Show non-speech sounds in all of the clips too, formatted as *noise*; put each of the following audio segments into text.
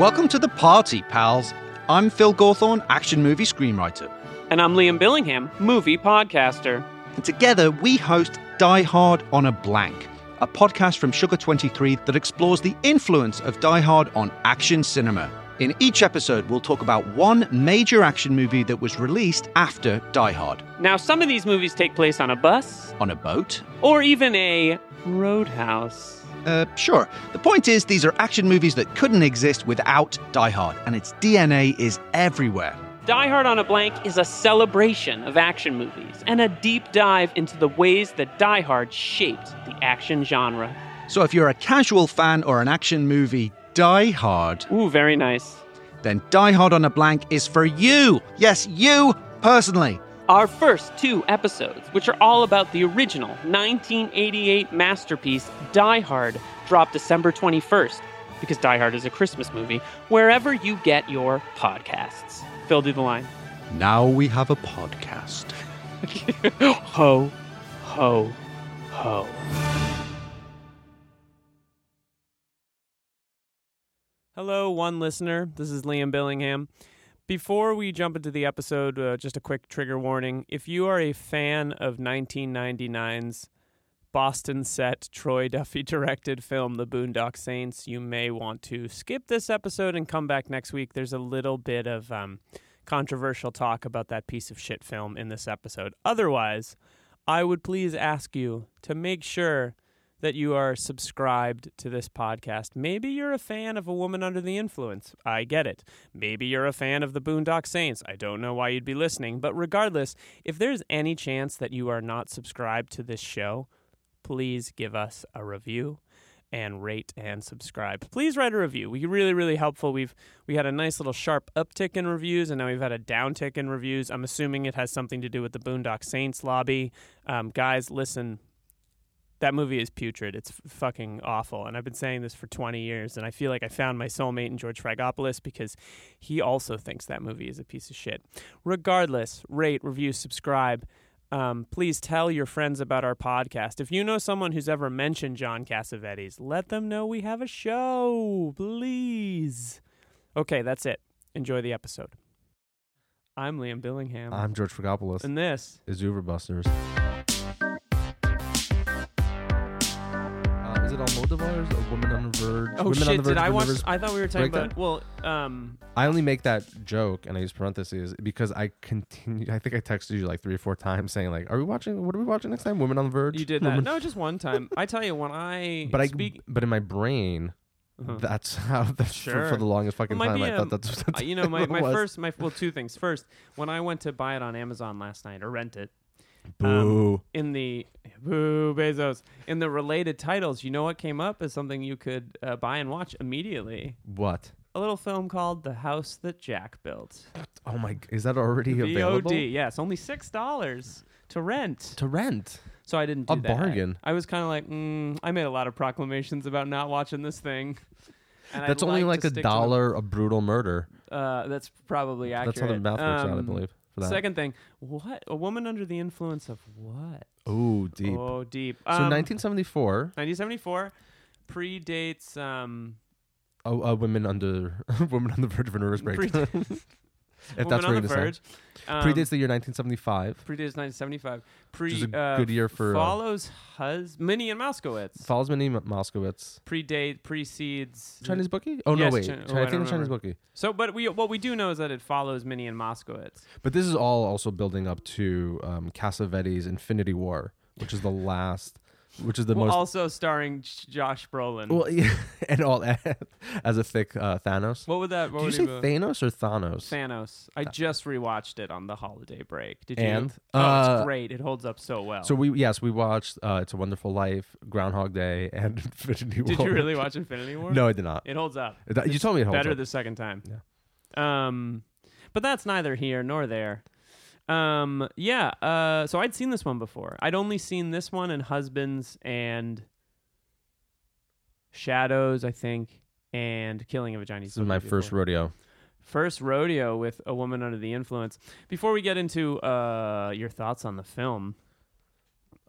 Welcome to the party, pals. I'm Phil Gawthorne, action movie screenwriter. And I'm Liam Billingham, movie podcaster. And together we host Die Hard on a Blank, a podcast from Sugar23 that explores the influence of Die Hard on action cinema. In each episode, we'll talk about one major action movie that was released after Die Hard Now, some of these movies take place on a bus on a boat. or even a roadhouse. Uh, sure. The point is, these are action movies that couldn't exist without Die Hard, and its DNA is everywhere. Die Hard on a Blank is a celebration of action movies and a deep dive into the ways that Die Hard shaped the action genre. So if you're a casual fan or an action movie Die Hard, Ooh, very nice. then Die Hard on a Blank is for you. Yes, you personally. Our first two episodes, which are all about the original 1988 masterpiece Die Hard, drop December 21st, because Die Hard is a Christmas movie, wherever you get your podcasts. Phil, do the line. Now we have a podcast. ho, ho, ho. Hello, one listener. This is Liam Billingham. Before we jump into the episode, uh, just a quick trigger warning. If you are a fan of 1999's Boston set Troy Duffy directed film, The Boondock Saints, you may want to skip this episode and come back next week. There's a little bit of um, controversial talk about that piece of shit film in this episode. Otherwise, I would please ask you to make sure that you are subscribed to this podcast. Maybe you're a fan of A Woman Under the Influence. I get it. Maybe you're a fan of The Boondock Saints. I don't know why you'd be listening, but regardless, if there's any chance that you are not subscribed to this show, please give us a review and rate and subscribe. Please write a review. We really, really helpful. We've we had a nice little sharp uptick in reviews, and now we've had a downtick in reviews. I'm assuming it has something to do with the Boondock Saints lobby. Um, guys, listen, that movie is putrid. It's f- fucking awful, and I've been saying this for 20 years, and I feel like I found my soulmate in George Fragopoulos because he also thinks that movie is a piece of shit. Regardless, rate, review, subscribe. Um, please tell your friends about our podcast. If you know someone who's ever mentioned John Cassavetes, let them know we have a show, please. Okay, that's it. Enjoy the episode. I'm Liam Billingham, I'm George Fragopoulos. and this Is Uberbusters. Uh, is it Almodovar's? A Woman on the Verge? Oh Women on shit! the Verge Did I of a watch? River's- I thought we were talking breakdown? about. Well, um, I only make that joke, and I use parentheses because I continue. I think I texted you like three or four times saying like, "Are we watching? What are we watching next time? Women on the Verge." you *laughs* did that. Women- No, just one time. I tell you, when I *laughs* but I. speak, But in my brain, Uh-huh. that's how. *laughs* That's for, Sure. for the longest fucking might time. be, I um, thought that's. What uh, you *laughs* know, my, it my was. first, my well, two things. First, when I went to buy it on Amazon last night or rent it, Boo. in the boo Bezos in the related titles, you know what came up as something you could uh, buy and watch immediately? what? A little film called "The House That Jack Built." Oh my! g- Is that already available VOD. Yes, only six dollars to rent. to rent? So I didn't do A that. bargain. I was kind of like, mm, I made a lot of proclamations about not watching this thing. *laughs* And I'd That's only like like to a stick to the- dollar a brutal murder. uh, that's probably accurate. That's how the mouth works out, I Um, believe. For that. Second thing, what a woman under the influence of what? Oh, deep. Oh, deep. so Um, 1974, 1974 predates. Um, a, a women under *laughs* women on the verge of a nervous breakdown. pred- *laughs* if Woman that's what on you're the gonna say. verge. Um, Predates the year 1975. predates 1975. Pre, Which is a uh, good year for, uh, follows hus Minnie and Moskowitz. Follows Minnie M- Moskowitz. predate precedes Chinese bookie? Oh Yes, no, wait. Chi- oh, Chi- I I think don't it's Chinese bookie. So, but we what we do know is that it follows Minnie and Moskowitz. But this is all also building up to um, Cassavetes' Infinity War, which is the last, which is the Well, most. also starring J- Josh Brolin. *laughs* well, yeah, *laughs* and all as a thick uh, Thanos. what would that? What Did you would say he be- Thanos or Thanos? Thanos. I just rewatched it on the holiday break. Did you? And? oh, it's Uh, great. It holds up so well. So we yes we watched uh, It's a Wonderful Life, Groundhog Day, and *laughs* Infinity War. did you really watch Infinity War? No, I did not. it holds up. That- you told me it holds Better up. the second time. Yeah. Um, but that's neither here nor there. Um, yeah. Uh, so I'd seen this one before. I'd only seen this one and Husbands and Shadows, I think, and Killing of a Chinese. This is my Bookie first before. rodeo. first rodeo with a woman under the influence. Before we get into uh, your thoughts on the film,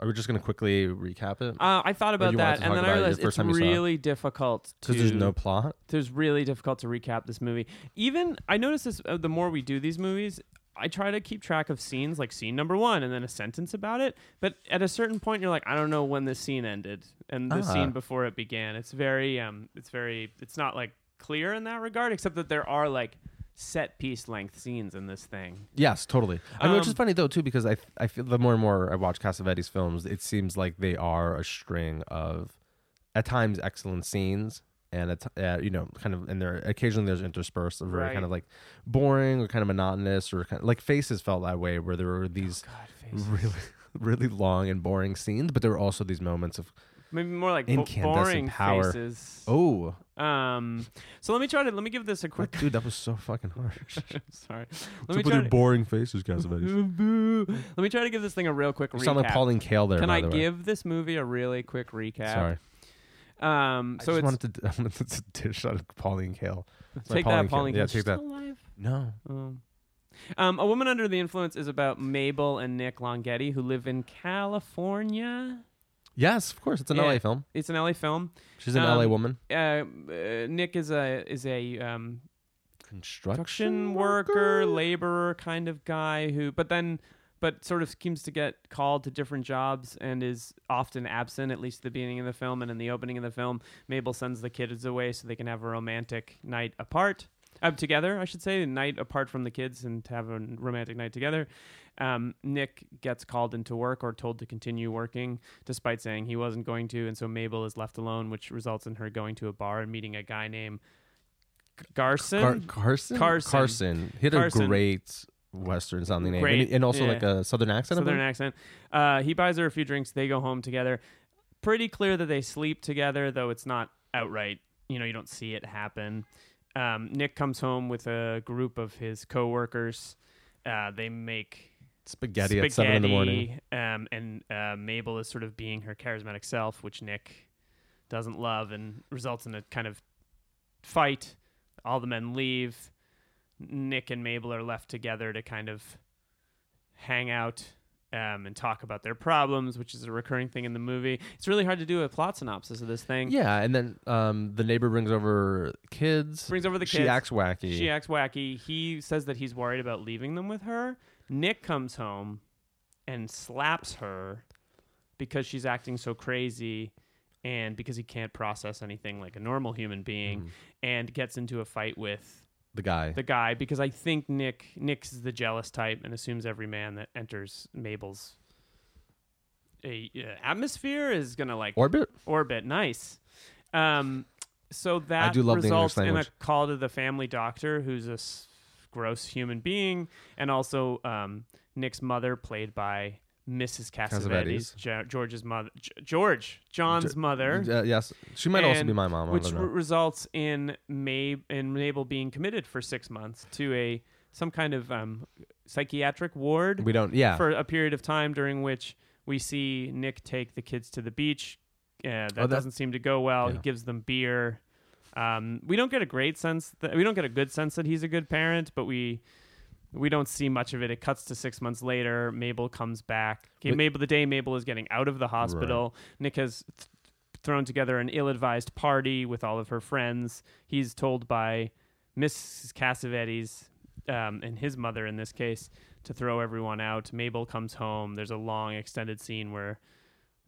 Are we just gonna quickly recap it? Uh, I thought about you that, wanted to and talk then about I it the realized first it's time you saw it? really difficult to. Because there's no plot. there's really difficult to recap this movie. Even I notice this uh, the more we do these movies, I try to keep track of scenes like scene number one and then a sentence about it. But at a certain point, you're like, I don't know when this scene ended and the Ah. scene before it began. It's very, um, it's very, it's not like clear in that regard, except that there are like set piece length scenes in this thing. Yes, totally. I mean, which is Um, funny though too, because I I feel the more and more I watch Cassavetes films, it seems like they are a string of, at times excellent scenes, and at, t- uh, you know, kind of, and there occasionally there's interspersed of very Right. kind of like boring or kind of monotonous or kind of, like Faces felt that way, where there were these God, face. really *laughs* really long and boring scenes, but there were also these moments of Maybe more like bo- Incandescent boring power. faces. oh, Um, so let me try to let me give this a quick. dude, that was so fucking harsh. *laughs* Sorry. Let me People try do to, boring faces, Cassavetes. Boo. *laughs* Let me try to give this thing a real quick You recap. sound like Pauline Kael there. Can by I the way. give this movie a really quick recap? Sorry. Sorry. Um, I so just it's wanted to, *laughs* I wanted to dish out of Pauline Kael. my take that, Pauline Kael. Pauline. Yeah, Kael. take She's that. Still alive? No. Oh. Um, a woman under the influence is about Mabel and Nick Longetti, who live in California. Yes, of course. It's an Yeah. LA film. It's an LA film. She's an Um, LA woman. Uh, uh, Nick is a is a um, construction Construction worker, laborer kind of guy who, but then, but sort of seems to get called to different jobs and is often absent, at least at the beginning of the film and in the opening of the film. Mabel sends the kids away so they can have a romantic night apart, uh, together, I should say, a night apart from the kids and to have a romantic night together. Um, Nick gets called into work or told to continue working despite saying he wasn't going to, and so Mabel is left alone, which results in her going to a bar and meeting a guy named. Garson, Car- Carson? Carson. Carson. He had Carson. a great Western sounding name. Great, And, and also yeah. like a Southern accent. I Southern believe? accent. Uh, he buys her a few drinks. They go home together. Pretty clear that they sleep together, though it's not outright. You know, you don't see it happen. Um, Nick comes home with a group of his coworkers. Uh, they make Spaghetti, at 7 in the morning. spaghetti, Um, and uh, Mabel is sort of being her charismatic self, which Nick doesn't love, and results in a kind of fight. All the men leave. Nick and Mabel are left together to kind of hang out um, and talk about their problems, which is a recurring thing in the movie. It's really hard to do a plot synopsis of this thing. Yeah, and then um, the neighbor brings over kids. Brings over the she kids. acts wacky. She acts wacky. He says that he's worried about leaving them with her. Nick comes home and slaps her because she's acting so crazy and because he can't process anything like a normal human being and gets into a fight with the guy. the guy because I think Nick Nick's the jealous type and assumes every man that enters Mabel's a, uh, atmosphere is going to like Orbit? orbit. Nice. Um, so that do love the English results in a language. call to the family doctor, who's a s- gross human being, and also um, Nick's mother, played by Mrs. Cassavetes, Cassavetes. Jo- George's mother, G- George, John's Jo- mother, Uh, yes. She might also and- be my mom. I which don't know. re- results in Mab- in Mabel being committed for six months to a some kind of um, psychiatric ward we don't. Yeah. for a period of time during which we see Nick take the kids to the beach. Yeah, that, Oh, that- doesn't seem to go well. He yeah. gives them beer. Um, we don't get a great sense that we don't get a good sense that he's a good parent, but we we don't see much of it. It cuts to six months later. Mabel comes back. Okay, But- Mabel, the day Mabel is getting out of the hospital, Nick has th- thrown together an ill-advised party with all of her friends. He's told by Mrs. Cassavetes um, and his mother in this case to throw everyone out. Mabel comes home. There's a long extended scene where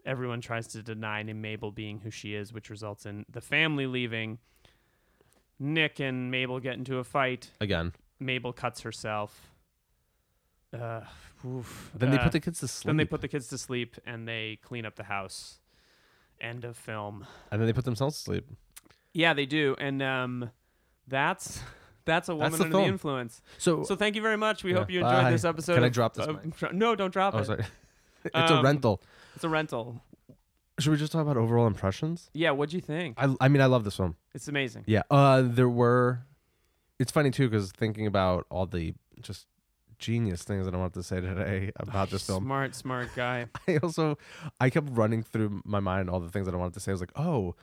everyone tries to deny Mabel being who she is, which results in the family leaving. Nick and Mabel get into a fight. Again. Mabel cuts herself. Uh, oof. Then they Uh, put the kids to sleep. then they put the kids to sleep and they clean up the house. End of film. and then they put themselves to sleep. Yeah, they do, and um, that's *laughs* that's a woman the under the film. influence. So, So thank you very much. We Yeah, hope you enjoyed bye. this episode. Can I of- drop this of- no, don't drop oh, it. sorry. *laughs* it's a Um, rental. It's a rental. Should we just talk about overall impressions? Yeah, what'd you think? I, I mean, I love this film. It's amazing. Yeah. Uh, there were. It's funny too because thinking about all the just genius things that I wanted to say today *laughs* about *laughs* this film, Smart, smart *laughs* guy. I also I kept running through my mind all the things that I wanted to say. I was like, oh,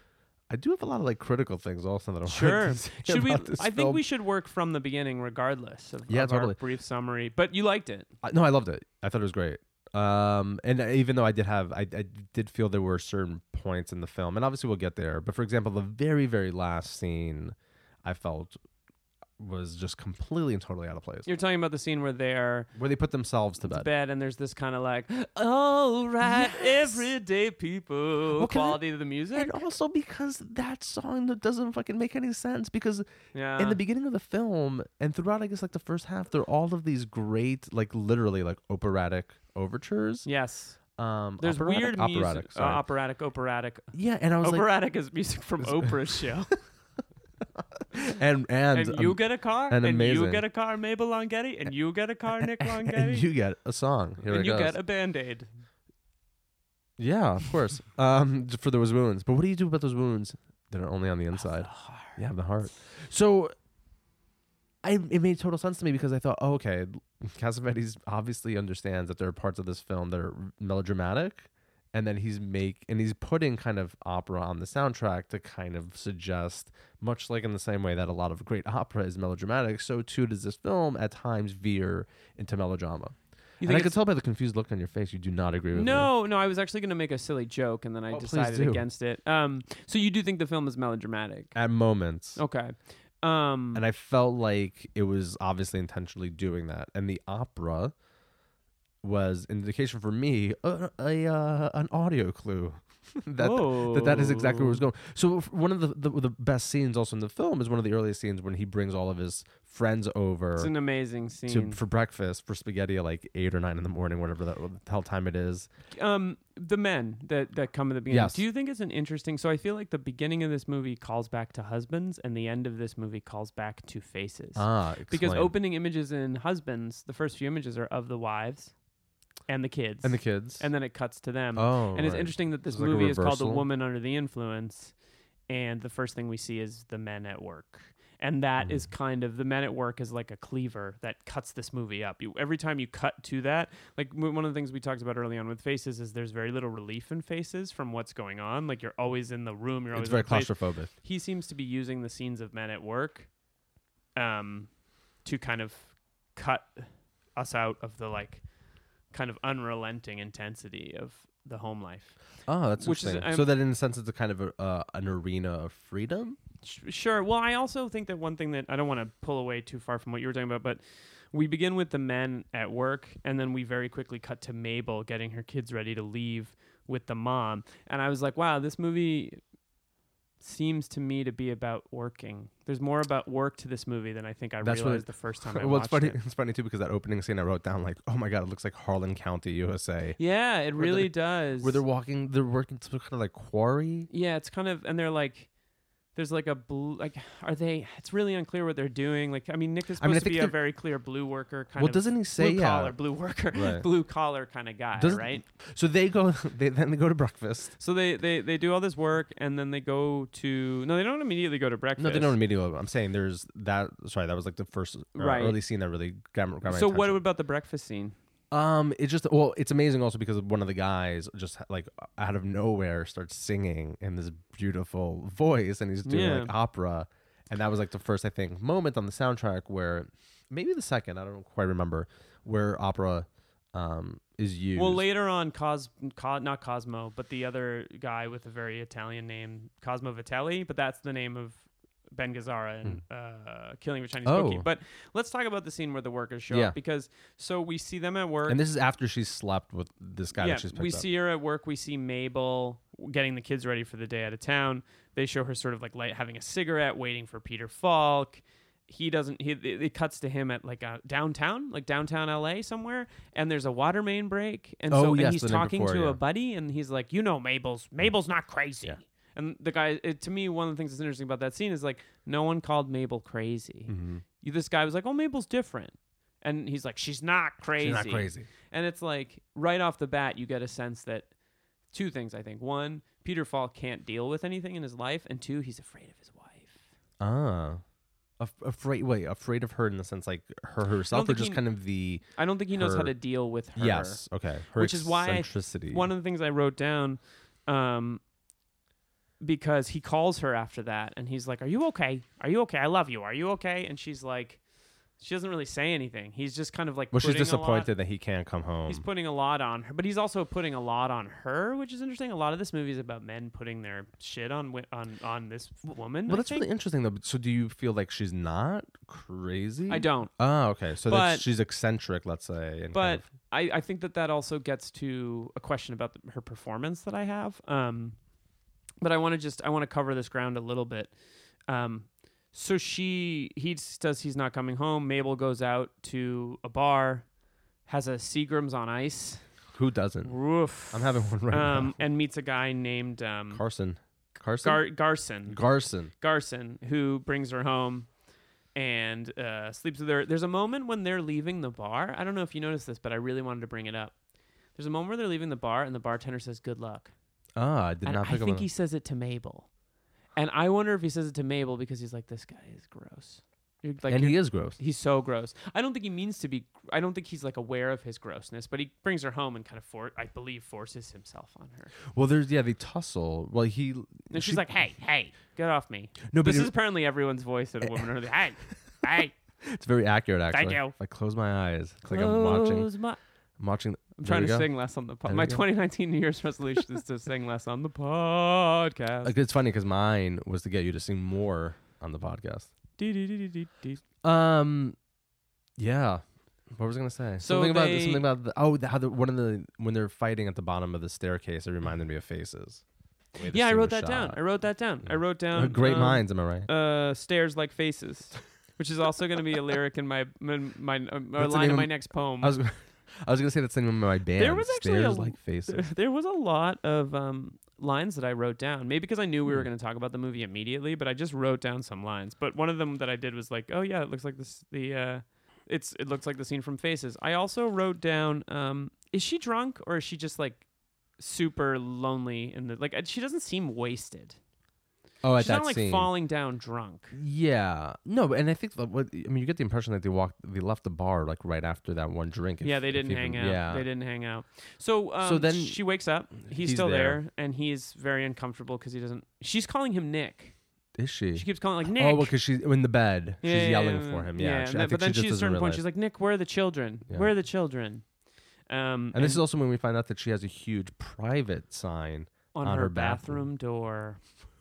I do have a lot of like critical things also that I Sure. wanted to *laughs* say Should we? about this I think film. we should work from the beginning, regardless of, Yeah, of our totally. brief summary. But you liked it. I- no, I loved it. I thought it was great. Um, and even though I did have, I, I did feel there were certain points in the film, and obviously we'll get there. But for example, the very, very last scene, I felt was just completely and totally out of place. You're talking about the scene where they're Where they put themselves to to bed. bed and there's this kind of like, all right, everyday people Well, can I- quality of the music. And also because that song that doesn't fucking make any sense because Yeah. in the beginning of the film and throughout I guess like the first half there are all of these great like literally like operatic overtures. yes. Um There's operatic, weird music. operatic, uh, sorry. operatic, operatic. yeah, and I was Operatic is music from Oprah's *laughs* show. like and and, and um, *laughs* you get a car, and and, you amazing. get a car, Mabel Longetti, and you get a car, Nick Longetti, *laughs* and you get a song. Here and it you goes. get a band aid. Yeah, of *laughs* course. um, j- for those wounds. But what do you do about those wounds? They're only on the inside. Yeah, the heart. So, I it made total sense to me because I thought, oh, okay, Cassavetes obviously understands that there are parts of this film that are melodramatic, and then he's make and he's putting kind of opera on the soundtrack to kind of suggest, much like in the same way that a lot of great opera is melodramatic, so too does this film at times veer into melodrama. You and I think could it's, tell by the confused look on your face, you do not agree with me. no, no, I was actually going to make a silly joke, and then I Oh, please decided do. against it. Um, so you do think the film is melodramatic? at moments. Okay. Um, And I felt like it was obviously intentionally doing that. And the opera was an indication for me uh, a uh, an audio clue *laughs* that, that that is exactly where it was going. So f- one of the, the the best scenes also in the film is one of the earliest scenes when he brings all of his friends It's over an amazing to, scene. for breakfast for spaghetti at like eight or nine in the morning, whatever that what the hell time it is. um, the men that that come in the beginning. Yes. Do you think it's an interesting? So I feel like the beginning of this movie calls back to husbands, and the end of this movie calls back to faces. Ah, because explain. opening images in husbands, the first few images are of the wives and the kids, and the kids and then it cuts to them. oh, and it's right. interesting that this It's like a movie is called The reversal. Woman Under the Influence, and the first thing we see is the men at work. And that Hmm. is kind of the men at work is like a cleaver that cuts this movie up. You, every time you cut to that, like w- one of the things we talked about early on with faces is there's very little relief in faces from what's going on. Like you're always in the room, you're always It's in very the place. claustrophobic. He seems to be using the scenes of men at work, um, to kind of cut us out of the like kind of unrelenting intensity of the home life. Oh, that's Which is- interesting. I'm- so that in a sense, it's a kind of a, uh, an arena of freedom. Sh- Sure. Well, I also think that one thing that I don't want to pull away too far from what you were talking about, but we begin with the men at work, and then we very quickly cut to Mabel getting her kids ready to leave with the mom. And I was like, wow, this movie seems to me to be about working. There's more about work to this movie than I think I That's what realized it- the first *laughs* time I well, watched it's funny. it. It's funny too because that opening scene I wrote down like, oh my god, it looks like Harlan County, USA, Yeah, it *laughs* Where really they're- does. where they're walking, they're working some kind of like quarry. Yeah, it's kind of, and they're like, there's like a blue, like, are they? It's really unclear what they're doing. Like, I mean, Nick is supposed I mean, I to be think a they're- very clear blue worker kind well, of. doesn't he say blue yeah? collar, blue worker, *laughs* Right. blue collar kind of guy, Doesn't- right? So they go, *laughs* they then they go to breakfast. So they, they they do all this work and then they go to no, they don't immediately go to breakfast. No, they don't immediately. I'm saying there's that. Sorry, that was like the first uh, Right. early scene that really got, my- got my So what attention. about the breakfast scene? Um, it's just well, it's amazing also because one of the guys just like out of nowhere starts singing in this beautiful voice, and he's doing like Yeah. opera, and that was like the first I think moment on the soundtrack where maybe the second I don't quite remember where opera um is used. Well, later on, Cos, Co- not Cosmo, but the other guy with a very Italian name, Cosmo Vitelli, but that's the name of Ben Gazzara in uh, Killing of a Chinese Bookie. Hmm. Oh. But let's talk about the scene where the workers show Yeah. up because so we see them at work. and this is after she slept with this guy yeah, that she's picked we up. see her at work. We see Mabel getting the kids ready for the day out of town. They show her sort of like light, having a cigarette, waiting for Peter Falk. He doesn't. He it, it cuts to him at like a downtown, like downtown L.A. somewhere, and there's a water main break, and Oh, so yes, and he's the night talking before, to yeah. Mm. a buddy, and he's like, you know, Mabel's Mabel's not crazy. Yeah. And the guy, it, to me, one of the things that's interesting about that scene is like no one called Mabel crazy. Mm-hmm. You, this guy was like, oh, Mabel's different, and he's like, she's not crazy. She's not crazy. And it's like right off the bat, you get a sense that two things, I think. One, Peter Falk can't deal with anything in his life. And two, he's afraid of his wife. Ah. Af- afraid wait afraid of her in the sense like her herself or think just he- kind of the I don't think he knows how Her- to deal with her. yes okay her Which is why I- eccentricity One of the things I wrote down, um, because he calls her after that and he's like, Are you okay? Are you okay? I love you. Are you okay? And she's like, She doesn't really say anything. He's just kind of like. Well, she's putting a lot- disappointed that he can't come home. He's putting a lot on her, but he's also putting a lot on her, which is interesting. A lot of this movie is about men putting their shit on wi- on on this woman. I well, that's think. really interesting though. But- So do you feel like she's not crazy? I don't. Oh, okay. So But- that's, she's eccentric, let's say. And but kind of- I, I think that that also gets to a question about the, her performance that I have. Um, but I want to just I want to cover this ground a little bit. Um, so she he says he's not coming home. Mabel goes out to a bar, has a Seagram's on ice. who doesn't? Woof. Hmm. I'm having one right um, and meets a guy named um, now. Carson. Carson. Gar- Garson. Garson. Garson, who brings her home and uh, sleeps with her. There's a moment when they're leaving the bar. I don't know if you noticed this, but I really wanted to bring it up. There's a moment where they're leaving the bar and the bartender says, Good luck. Ah, I did And not I pick think up. he on says it to Mabel. And I wonder if he says it to Mabel because he's like, This guy is gross. You're, like, that. and you're- he is gross. He's so gross. I don't think he means to be. I don't think he's like aware of his grossness, but he brings her home and kind of, for, I believe, forces himself on her. Well, there's yeah, they tussle. Well, he. And she's she- like, "Hey, hey, get off me!" No, but this it- is apparently everyone's voice at a woman. or the- hey, hey, *laughs* It's very accurate, actually. you. If I close my eyes. It's like I'm watching. Close my- I'm watching. I'm there trying we to go. sing less on the podcast. There My we go. 2019 New Year's resolution is to sing less *laughs* on the podcast. Like it's funny because mine was to get you to sing more on the podcast. Dee-dee-dee-dee-dee. Um, yeah. What was I gonna say? So something about they- something about the, oh the, how the one of the when they're fighting at the bottom of the staircase, it reminded me of Faces. The way the Yeah, I scene wrote was that down. shot. I wrote that down. I wrote down. *laughs* Great um, minds, am I right? Uh, stairs like faces, which is also going to be a lyric in my my, my uh, the or line name in of- my next poem. I was *laughs* I was gonna say that's the name of my band. was actually a Stairs l- like there, Faces. *laughs* there was a lot of um, lines that I wrote down. Maybe because I knew we Hmm. were going to talk about the movie immediately, but I just wrote down some lines. But one of them that I did was like, "Oh yeah, it looks like this the uh, it's it looks like the scene from Faces." I also wrote down, um, "Is she drunk or is she just like super lonely?" And the, like, uh, she doesn't seem wasted. Oh, at She's that not like scene. falling down drunk. Yeah, no, and I think that what I mean, you get the impression that they walked, they left the bar like right after that one drink. if- yeah, they if didn't even- hang out. Yeah, They didn't hang out. So, um, So then she wakes up. He's, he's still there. there. and he's very uncomfortable because he doesn't. She's calling him Nick. is she? She keeps calling like Nick. oh, well, because she's in the bed. Yeah, she's yeah, yelling yeah, for him. yeah, Yeah, and she- I then- think but then she she's at a just doesn't certain point, realize. she's like, "Nick, where are the children? Yeah. Where are the children?" Um, And this is also when we find out that she has a huge private sign. on, on her, her bathroom, bathroom. *laughs* door,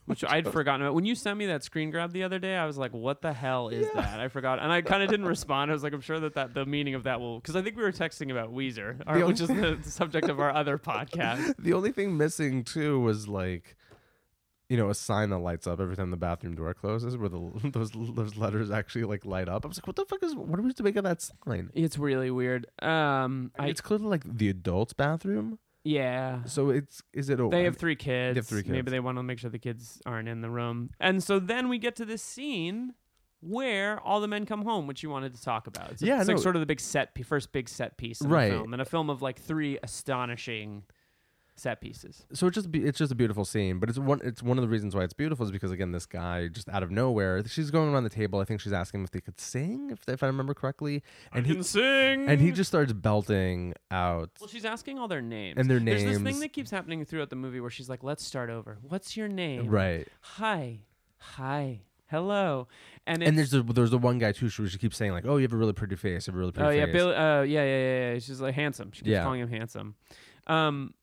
which I'd forgotten about. When you sent me that screen grab the other day, I was like, "What the hell is that?" I forgot, and I kind of didn't respond. I was like, "I'm sure that, that the meaning of that will," because I think we were texting about Weezer, our, The which is the subject of our other *laughs* podcast. *laughs* The only thing missing too was like, you know, a sign that lights up every time the bathroom door closes, where the *laughs* those those letters actually like light up. I was like, what the fuck is? What are we to make of that sign? It's really weird. Um, I I, mean, it's clearly like the adult's bathroom. yeah. So it's is it? A, They have three kids. three Maybe kids. they want to make sure the kids aren't in the room. And so then we get to this scene where all the men come home, which you wanted to talk about. It's, Yeah, it's like no. sort of the big set, pe- first big set piece in Right. the film, and a film of like three astonishing set pieces. so it's just be- it's just a beautiful scene, but it's one it's one of the reasons why it's beautiful is because again this guy just out of nowhere she's going around the table I think she's asking him if they could sing if, if I remember correctly and he sing. and he just starts belting out Well, she's asking all their names. And their There's this thing names. that keeps happening throughout the movie where she's like, "Let's start over. What's your name? right Hi, hi, hello." And it's, and there's the, there's the one guy too she, she keeps saying like oh you have a really pretty face you have a really pretty Oh face yeah, Bill. Uh, yeah, yeah, yeah, yeah. She's like handsome. She keeps Yeah. calling him handsome. Um,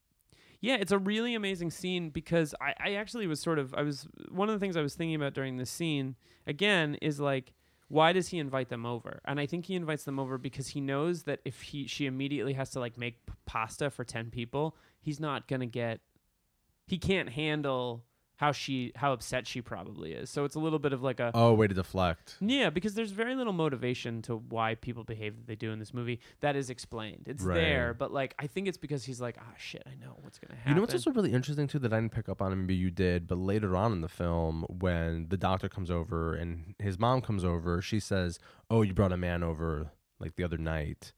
yeah, it's a really amazing scene because I, I actually was sort of I was one of the things I was thinking about during this scene again is like why does he invite them over? And I think he invites them over because he knows that if he she immediately has to like make p- pasta for ten people, he's not gonna get he can't handle how she how upset she probably is. So it's a little bit of like a oh way to deflect yeah, because there's very little motivation to why people behave that they do in this movie. That is explained. It's Right. there, but like I think it's because he's like, ah, shit, I know what's gonna happen. You know what's also really interesting too that I didn't pick up on, and maybe you did, but later on in the film, when the doctor comes over and his mom comes over, she says, "Oh, you brought a man over like the other night,"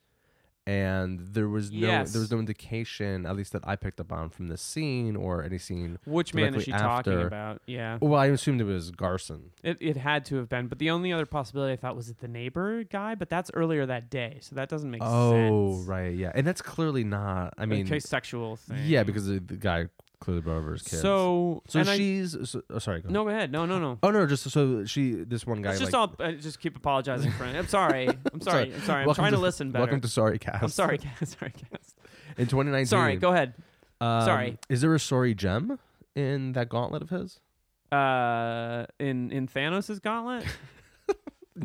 and there was no Yes. there was no indication, at least that I picked up on from this scene or any scene. which man is she directly talking after- about? Yeah, Well, I assumed it was Garson. it it had to have been. But the only other possibility I thought was it the neighbor guy, but that's earlier that day, so that doesn't make sense. Oh, right, yeah, and that's clearly not. Oh, I mean, okay, sexual thing. yeah, because the the guy Clearly Barber's kids. So, so and I- she's. so, oh, sorry. Go ahead. no, go ahead. No, no, no. Oh no, just so she. This one *laughs* guy. Let's just like, all uh, just keep apologizing for it. I'm *laughs* sorry. I'm sorry. I'm sorry. I'm Welcome trying to, listen better. Welcome to Sorry Cast. I'm sorry, Cass. sorry, Cass. *laughs* In 2019. Sorry. Go ahead. um, sorry. Is there a sorry gem in that gauntlet of his? Uh, in in Thanos' gauntlet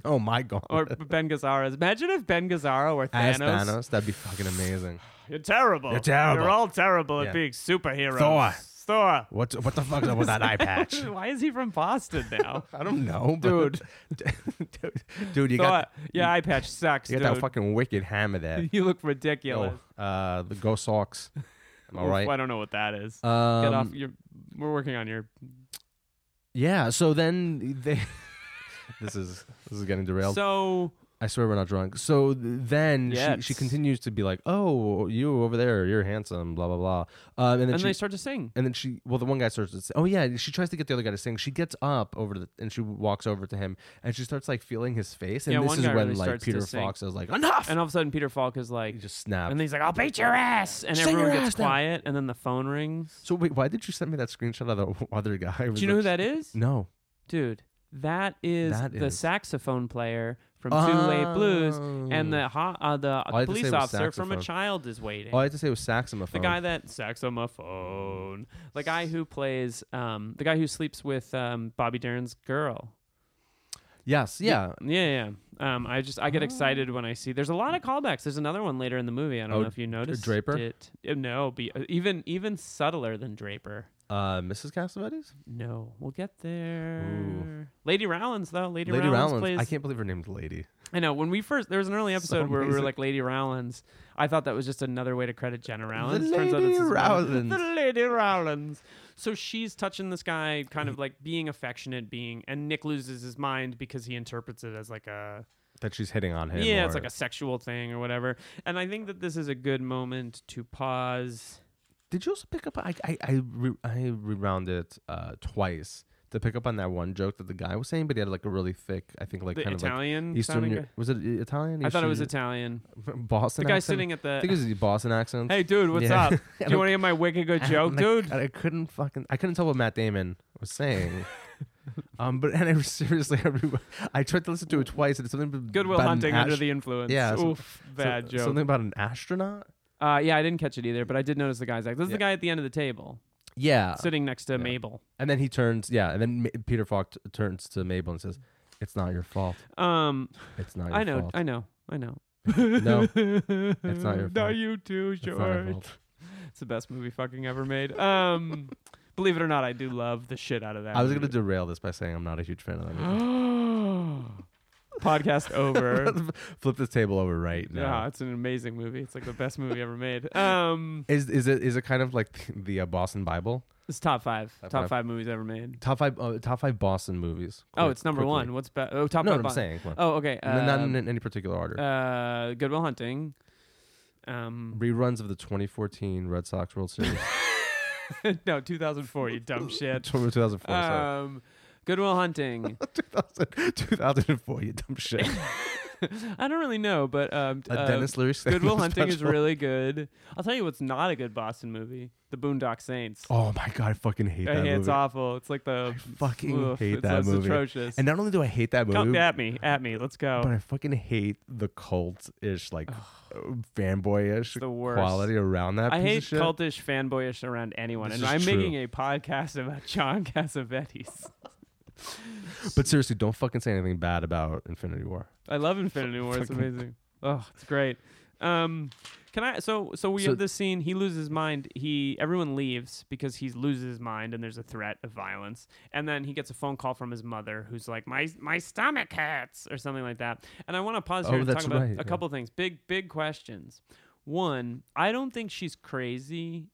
Oh my god. *laughs* or Ben Gazzara's. Imagine if Ben Gazzara were As Thanos. Thanos, that'd be fucking amazing. You're terrible. You're terrible. You're all terrible Yeah. at being superheroes. Thor. Thor. What what the fuck's up with that eye *laughs* patch? Why is he from *laughs* Boston now? I don't know, but- dude, *laughs* dude, you Thor. got yeah, eye patch sucks, you dude. got that fucking wicked hammer *laughs* there. *laughs* you look ridiculous. Oh, uh, the go socks. Am I Oof, I Oh, right? don't know what that is. Um, Get off. You're, we're working on your. Yeah. So then they. *laughs* this is this is getting derailed. So I swear we're not drunk. So th- then she, she Yes. continues to be like, "Oh, you over there, you're handsome." Blah blah blah. Um, and then and she they start to sing. and then she well the one guy starts to say, oh yeah she tries to get the other guy to sing she gets up over the and she walks over to him and she starts like feeling his face and Yeah, this one is guy when really like starts to peter sing. fox is like enough And all of a sudden, Peter Falk is like, he just snapped and he's like, "I'll beat your ass," and Sing everyone your gets ass now. quiet. And then the phone rings. so wait why did you send me that screenshot of the other guy *laughs* It Do was you know who like- that is, no dude? That is That the is- saxophone player from Too Late Blues, and the ho- uh, the I had to say police it was officer from A saxophone. Child is Waiting. Oh. all i had to say was saxophone the guy that saxophone, the guy who plays, um, the guy who sleeps with um, Bobby Darren's girl. yes yeah Yeah, yeah. Um, I just I get excited when I see. There's a lot of callbacks. There's another one later in the movie. I don't Oh, know if you noticed. Draper? It. Uh, No, be, uh, even even subtler than Draper. uh mrs cassavetes No, we'll get there. Lady Rowlands though. Lady, lady Rowlands, Rowlands. plays. i can't believe her name's lady I know. When we first there was an early episode where we were amazing. like Lady Rowlands. I thought that was just another way to credit Jenna Rowlands. Lady his mother. Rowlands. The Lady Rowlands. So she's touching this guy, kind of like being affectionate, being, and Nick loses his mind because he interprets it as like a that she's hitting on him yeah, it's or- like a sexual thing or whatever. And I think that this is a good moment to pause. Did you also pick up? I I I, re, I rewound it uh, twice to pick up on that one joke that the guy was saying, but he had like a really thick, I think like the kind of Italian like Eastern. sounding Eu- guy? was it I- Italian? I thought it was Eastern- Italian. *laughs* Boston. The guy accent? sitting at I think *laughs* it the was the Boston accent. Hey dude, what's *laughs* Yeah. up? Do I you don't- want to hear my wicked *laughs* good joke, And dude? I, I couldn't fucking. I couldn't tell what Matt Damon was *laughs* saying. um, but and I was- seriously, *laughs* I, re- I tried to listen to it twice, and it's something about Goodwill an Hunting under ast- the influence. Yeah, so- Oof, so- bad joke. Something about an astronaut. uh, yeah, I didn't catch it either, but I did notice the guy's act. This is the Yeah. guy at the end of the table, Yeah, sitting next to yeah. Mabel. and then he turns. Yeah, and then Ma- Peter Falk t- turns to Mabel and says, "It's not your fault. Um, It's not. Your I know, fault. I know, I know. *laughs* No, it's not your Are fault. you too It's not our short? fault. It's the best movie fucking ever made. Um, *laughs* believe it or not, I do love the shit out of that. I was movie. gonna derail this by saying I'm not a huge fan of that *gasps* movie. podcast *laughs* over. Flip this table over right Yeah, now. it's an amazing movie. It's like the best movie ever made. Um, Is is it is it kind of like the, uh, Boston Bible? it's top five, Top top five. five movies ever made. Top five uh, top five Boston movies. Oh, Quick- it's number quickly. one. What's best? Oh, top no, five. what I'm bo- saying. Come on. Oh, okay. N- not in, Uh, any particular order. uh, Goodwill Hunting. Um, *laughs* Reruns of the 2014 Red Sox World Series. no, 2004. You dumb *laughs* shit. 2004. *laughs* sorry. Um, Goodwill Hunting. *laughs* 2000 2004. You dumb shit. I don't really know, but um, A uh, Dennis Lewis. *laughs* Goodwill Hunting is special. really good. I'll tell you what's not a good Boston movie: The Boondock Saints. Oh my god, I fucking hate Uh, that yeah, movie. it's awful. It's like the fucking oof, hate it's, that it's movie. atrocious. And not only do I hate that Come movie, at me, at me. Let's go. but I fucking hate the cult ish, like fanboy ish the worst. quality around that. I piece hate of shit. cultish fanboyish around anyone, This and is I'm true. making a podcast about *laughs* John Cassavetes. But seriously, don't fucking say anything bad about Infinity War. I love Infinity War. It's Fucking- amazing. Oh, it's great. Um, can I? So, so we So- have this scene. He loses his mind. He everyone leaves because he loses his mind, and there's a threat of violence. And then he gets a phone call from his mother, who's like, "My my stomach hurts" or something like that. And I want to pause here Oh, and talk that's about right, a yeah. couple things. Big big questions. One, I don't think she's crazy.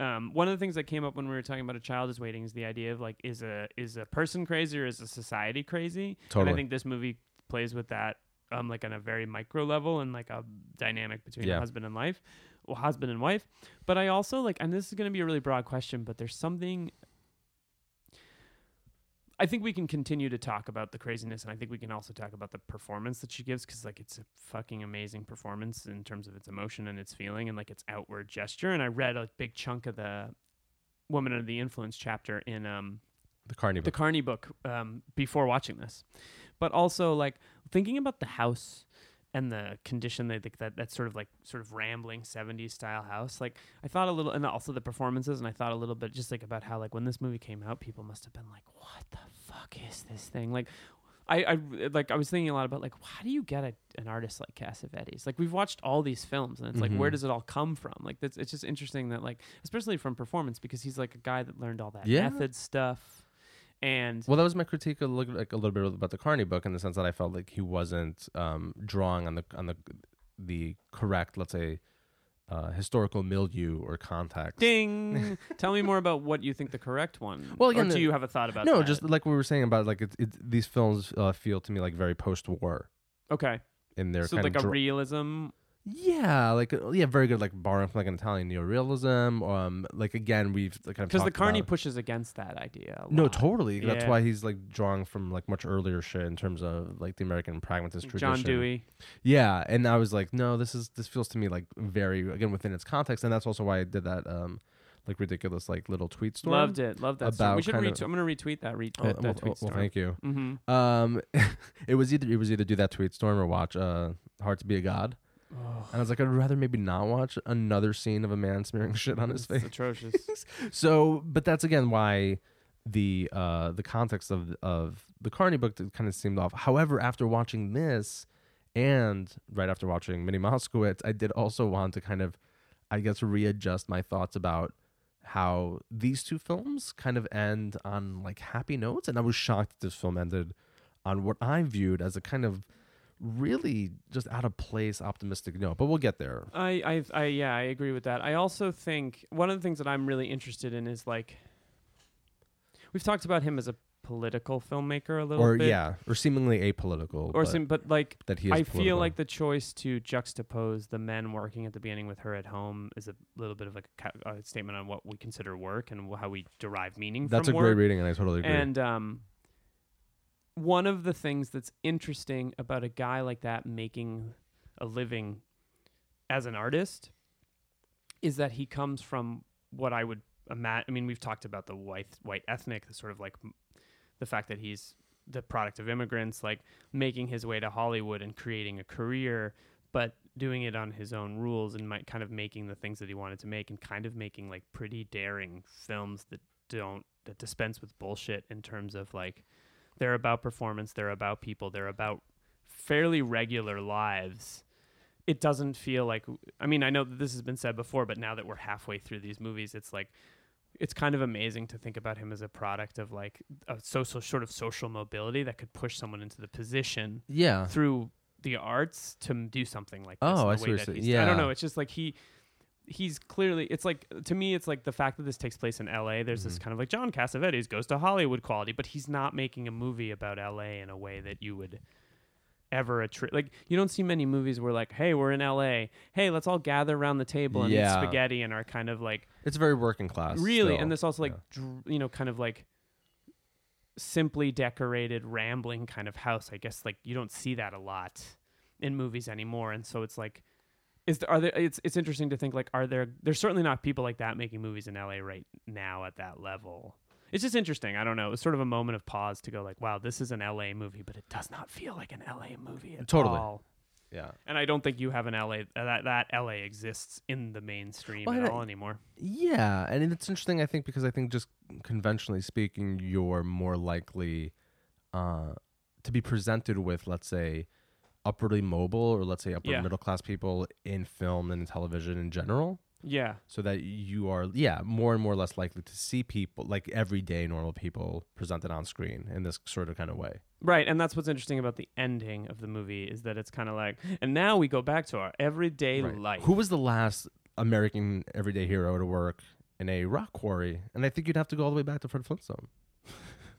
Um, one of the things that came up when we were talking about a child is waiting is the idea of like is a is a person crazy or is a society crazy? And I Totally. think this movie plays with that um like on a very micro level and like a dynamic between Yeah. husband and wife, well, husband and wife. But I also like, and this is going to be a really broad question, but there's something. I think we can continue to talk about the craziness, and I think we can also talk about the performance that she gives because, like, it's a fucking amazing performance in terms of its emotion and its feeling and like its outward gesture. And I read a big chunk of the Woman Under the Influence chapter in um, The Carney the book. Carney book um, before watching this, but also like thinking about the house and the condition that that, that that sort of like sort of rambling 70s style house like i thought a little and also the performances and i thought a little bit just like about how like when this movie came out people must have been like what the fuck is this thing like i i like i was thinking a lot about like how do you get a, an artist like cassavetes like we've watched all these films and it's like where Mhm. does it all come from like that's it's just interesting that like especially from performance because he's like a guy that learned all that Yeah. method stuff and Well, that was my critique of look- like a little bit about the Carney book in the sense that I felt like he wasn't um, drawing on the on the the correct, let's say, uh, historical milieu or context. Ding. *laughs* Tell me more about what you think the correct one. Well, Well, again, or do the- you have a thought about? No, that? just like we were saying about like it's it's these films uh, feel to me like very post-war okay. in their So kind like a of dra- realism. yeah, like uh, yeah, very good like borrowing from like an Italian neorealism. Um, like again, we've like, kind of Because the talked Carney about- pushes against that idea. a No, lot. totally. That's Yeah. why he's like drawing from like much earlier shit in terms of like the American pragmatist tradition. John Dewey. Yeah, and I was like, no, this is this feels to me like very again within its context, and that's also why I did that um like ridiculous like little tweet storm. Loved it. Loved that. story. about We should kind retweet. of- I'm going to retweet that. Re- Oh, that, well, that tweet well, storm. thank you. Mm-hmm. Um, *laughs* it was either it was either do that tweet storm or watch uh Hard to Be a God, and I was like, I'd rather maybe not watch another scene of a man smearing *laughs* shit on his face. atrocious. *laughs* So, but that's again why the uh the context of of the Carney book kind of seemed off. However, after watching this and right after watching Minnie Moskowitz, I did also want to kind of I guess readjust my thoughts about how these two films kind of end on like happy notes and I was shocked that this film ended on what I viewed as a kind of really just out of place optimistic note. But we'll get there. I, I, I, yeah, I agree with that. I also think one of the things that I'm really interested in is like, we've talked about him as a political filmmaker a little Or bit. yeah, or seemingly apolitical. Or but some, but like that he is I feel political. like the choice to juxtapose the men working at the beginning with her at home is a little bit of like a, ca- a statement on what we consider work and wh- how we derive meaning That's a from great work. reading, and I totally agree. And um, one of the things that's interesting about a guy like that making a living as an artist is that he comes from what I would imagine. I mean, we've talked about the white white ethnic, the sort of like m- the fact that he's the product of immigrants, like making his way to Hollywood and creating a career, but doing it on his own rules and might kind of making the things that he wanted to make and kind of making like pretty daring films that don't that dispense with bullshit in terms of like they're about performance, they're about people, they're about fairly regular lives. It doesn't feel like I mean, I know that this has been said before, but now that we're halfway through these movies, it's like it's kind of amazing to think about him as a product of like a social sort of social mobility that could push someone into the position yeah, through the arts to m- do something like this. Oh, in the I way see what you're that saying. he's- I don't Yeah. know. It's just like he he's clearly it's like to me it's like the fact that this takes place in LA there's Mm-hmm. this kind of like John Cassavetes goes to Hollywood quality but he's not making a movie about LA in a way that you would ever attri- like you don't see many movies where like hey we're in LA hey let's all gather around the table and Yeah. eat spaghetti and are kind of like it's very working class. really still. and this also like dr- you know kind of like simply decorated rambling kind of house i guess like you don't see that a lot in movies anymore and so it's like is there, are there it's it's interesting to think like are there there's certainly not people like that making movies in LA right now at that level it's just interesting i don't know it was sort of a moment of pause to go like wow this is an LA movie but it does not feel like an LA movie at Totally. all yeah, and i don't think you have an LA that that LA exists in the mainstream Well, at and I- all anymore yeah, and it's interesting. I think because I think just conventionally speaking, you're more likely uh, to be presented with, let's say, upwardly mobile or let's say upper Yeah. middle class people in film and in television in general. yeah So that you are, yeah, more and more less likely to see people like everyday normal people presented on screen in this sort of kind of way. Right, and that's what's interesting about the ending of the movie is that it's kind of like, and now we go back to our everyday Right. life. Who was the last American everyday hero to work in a rock quarry? And I think you'd have to go all the way back to Fred Flintstone.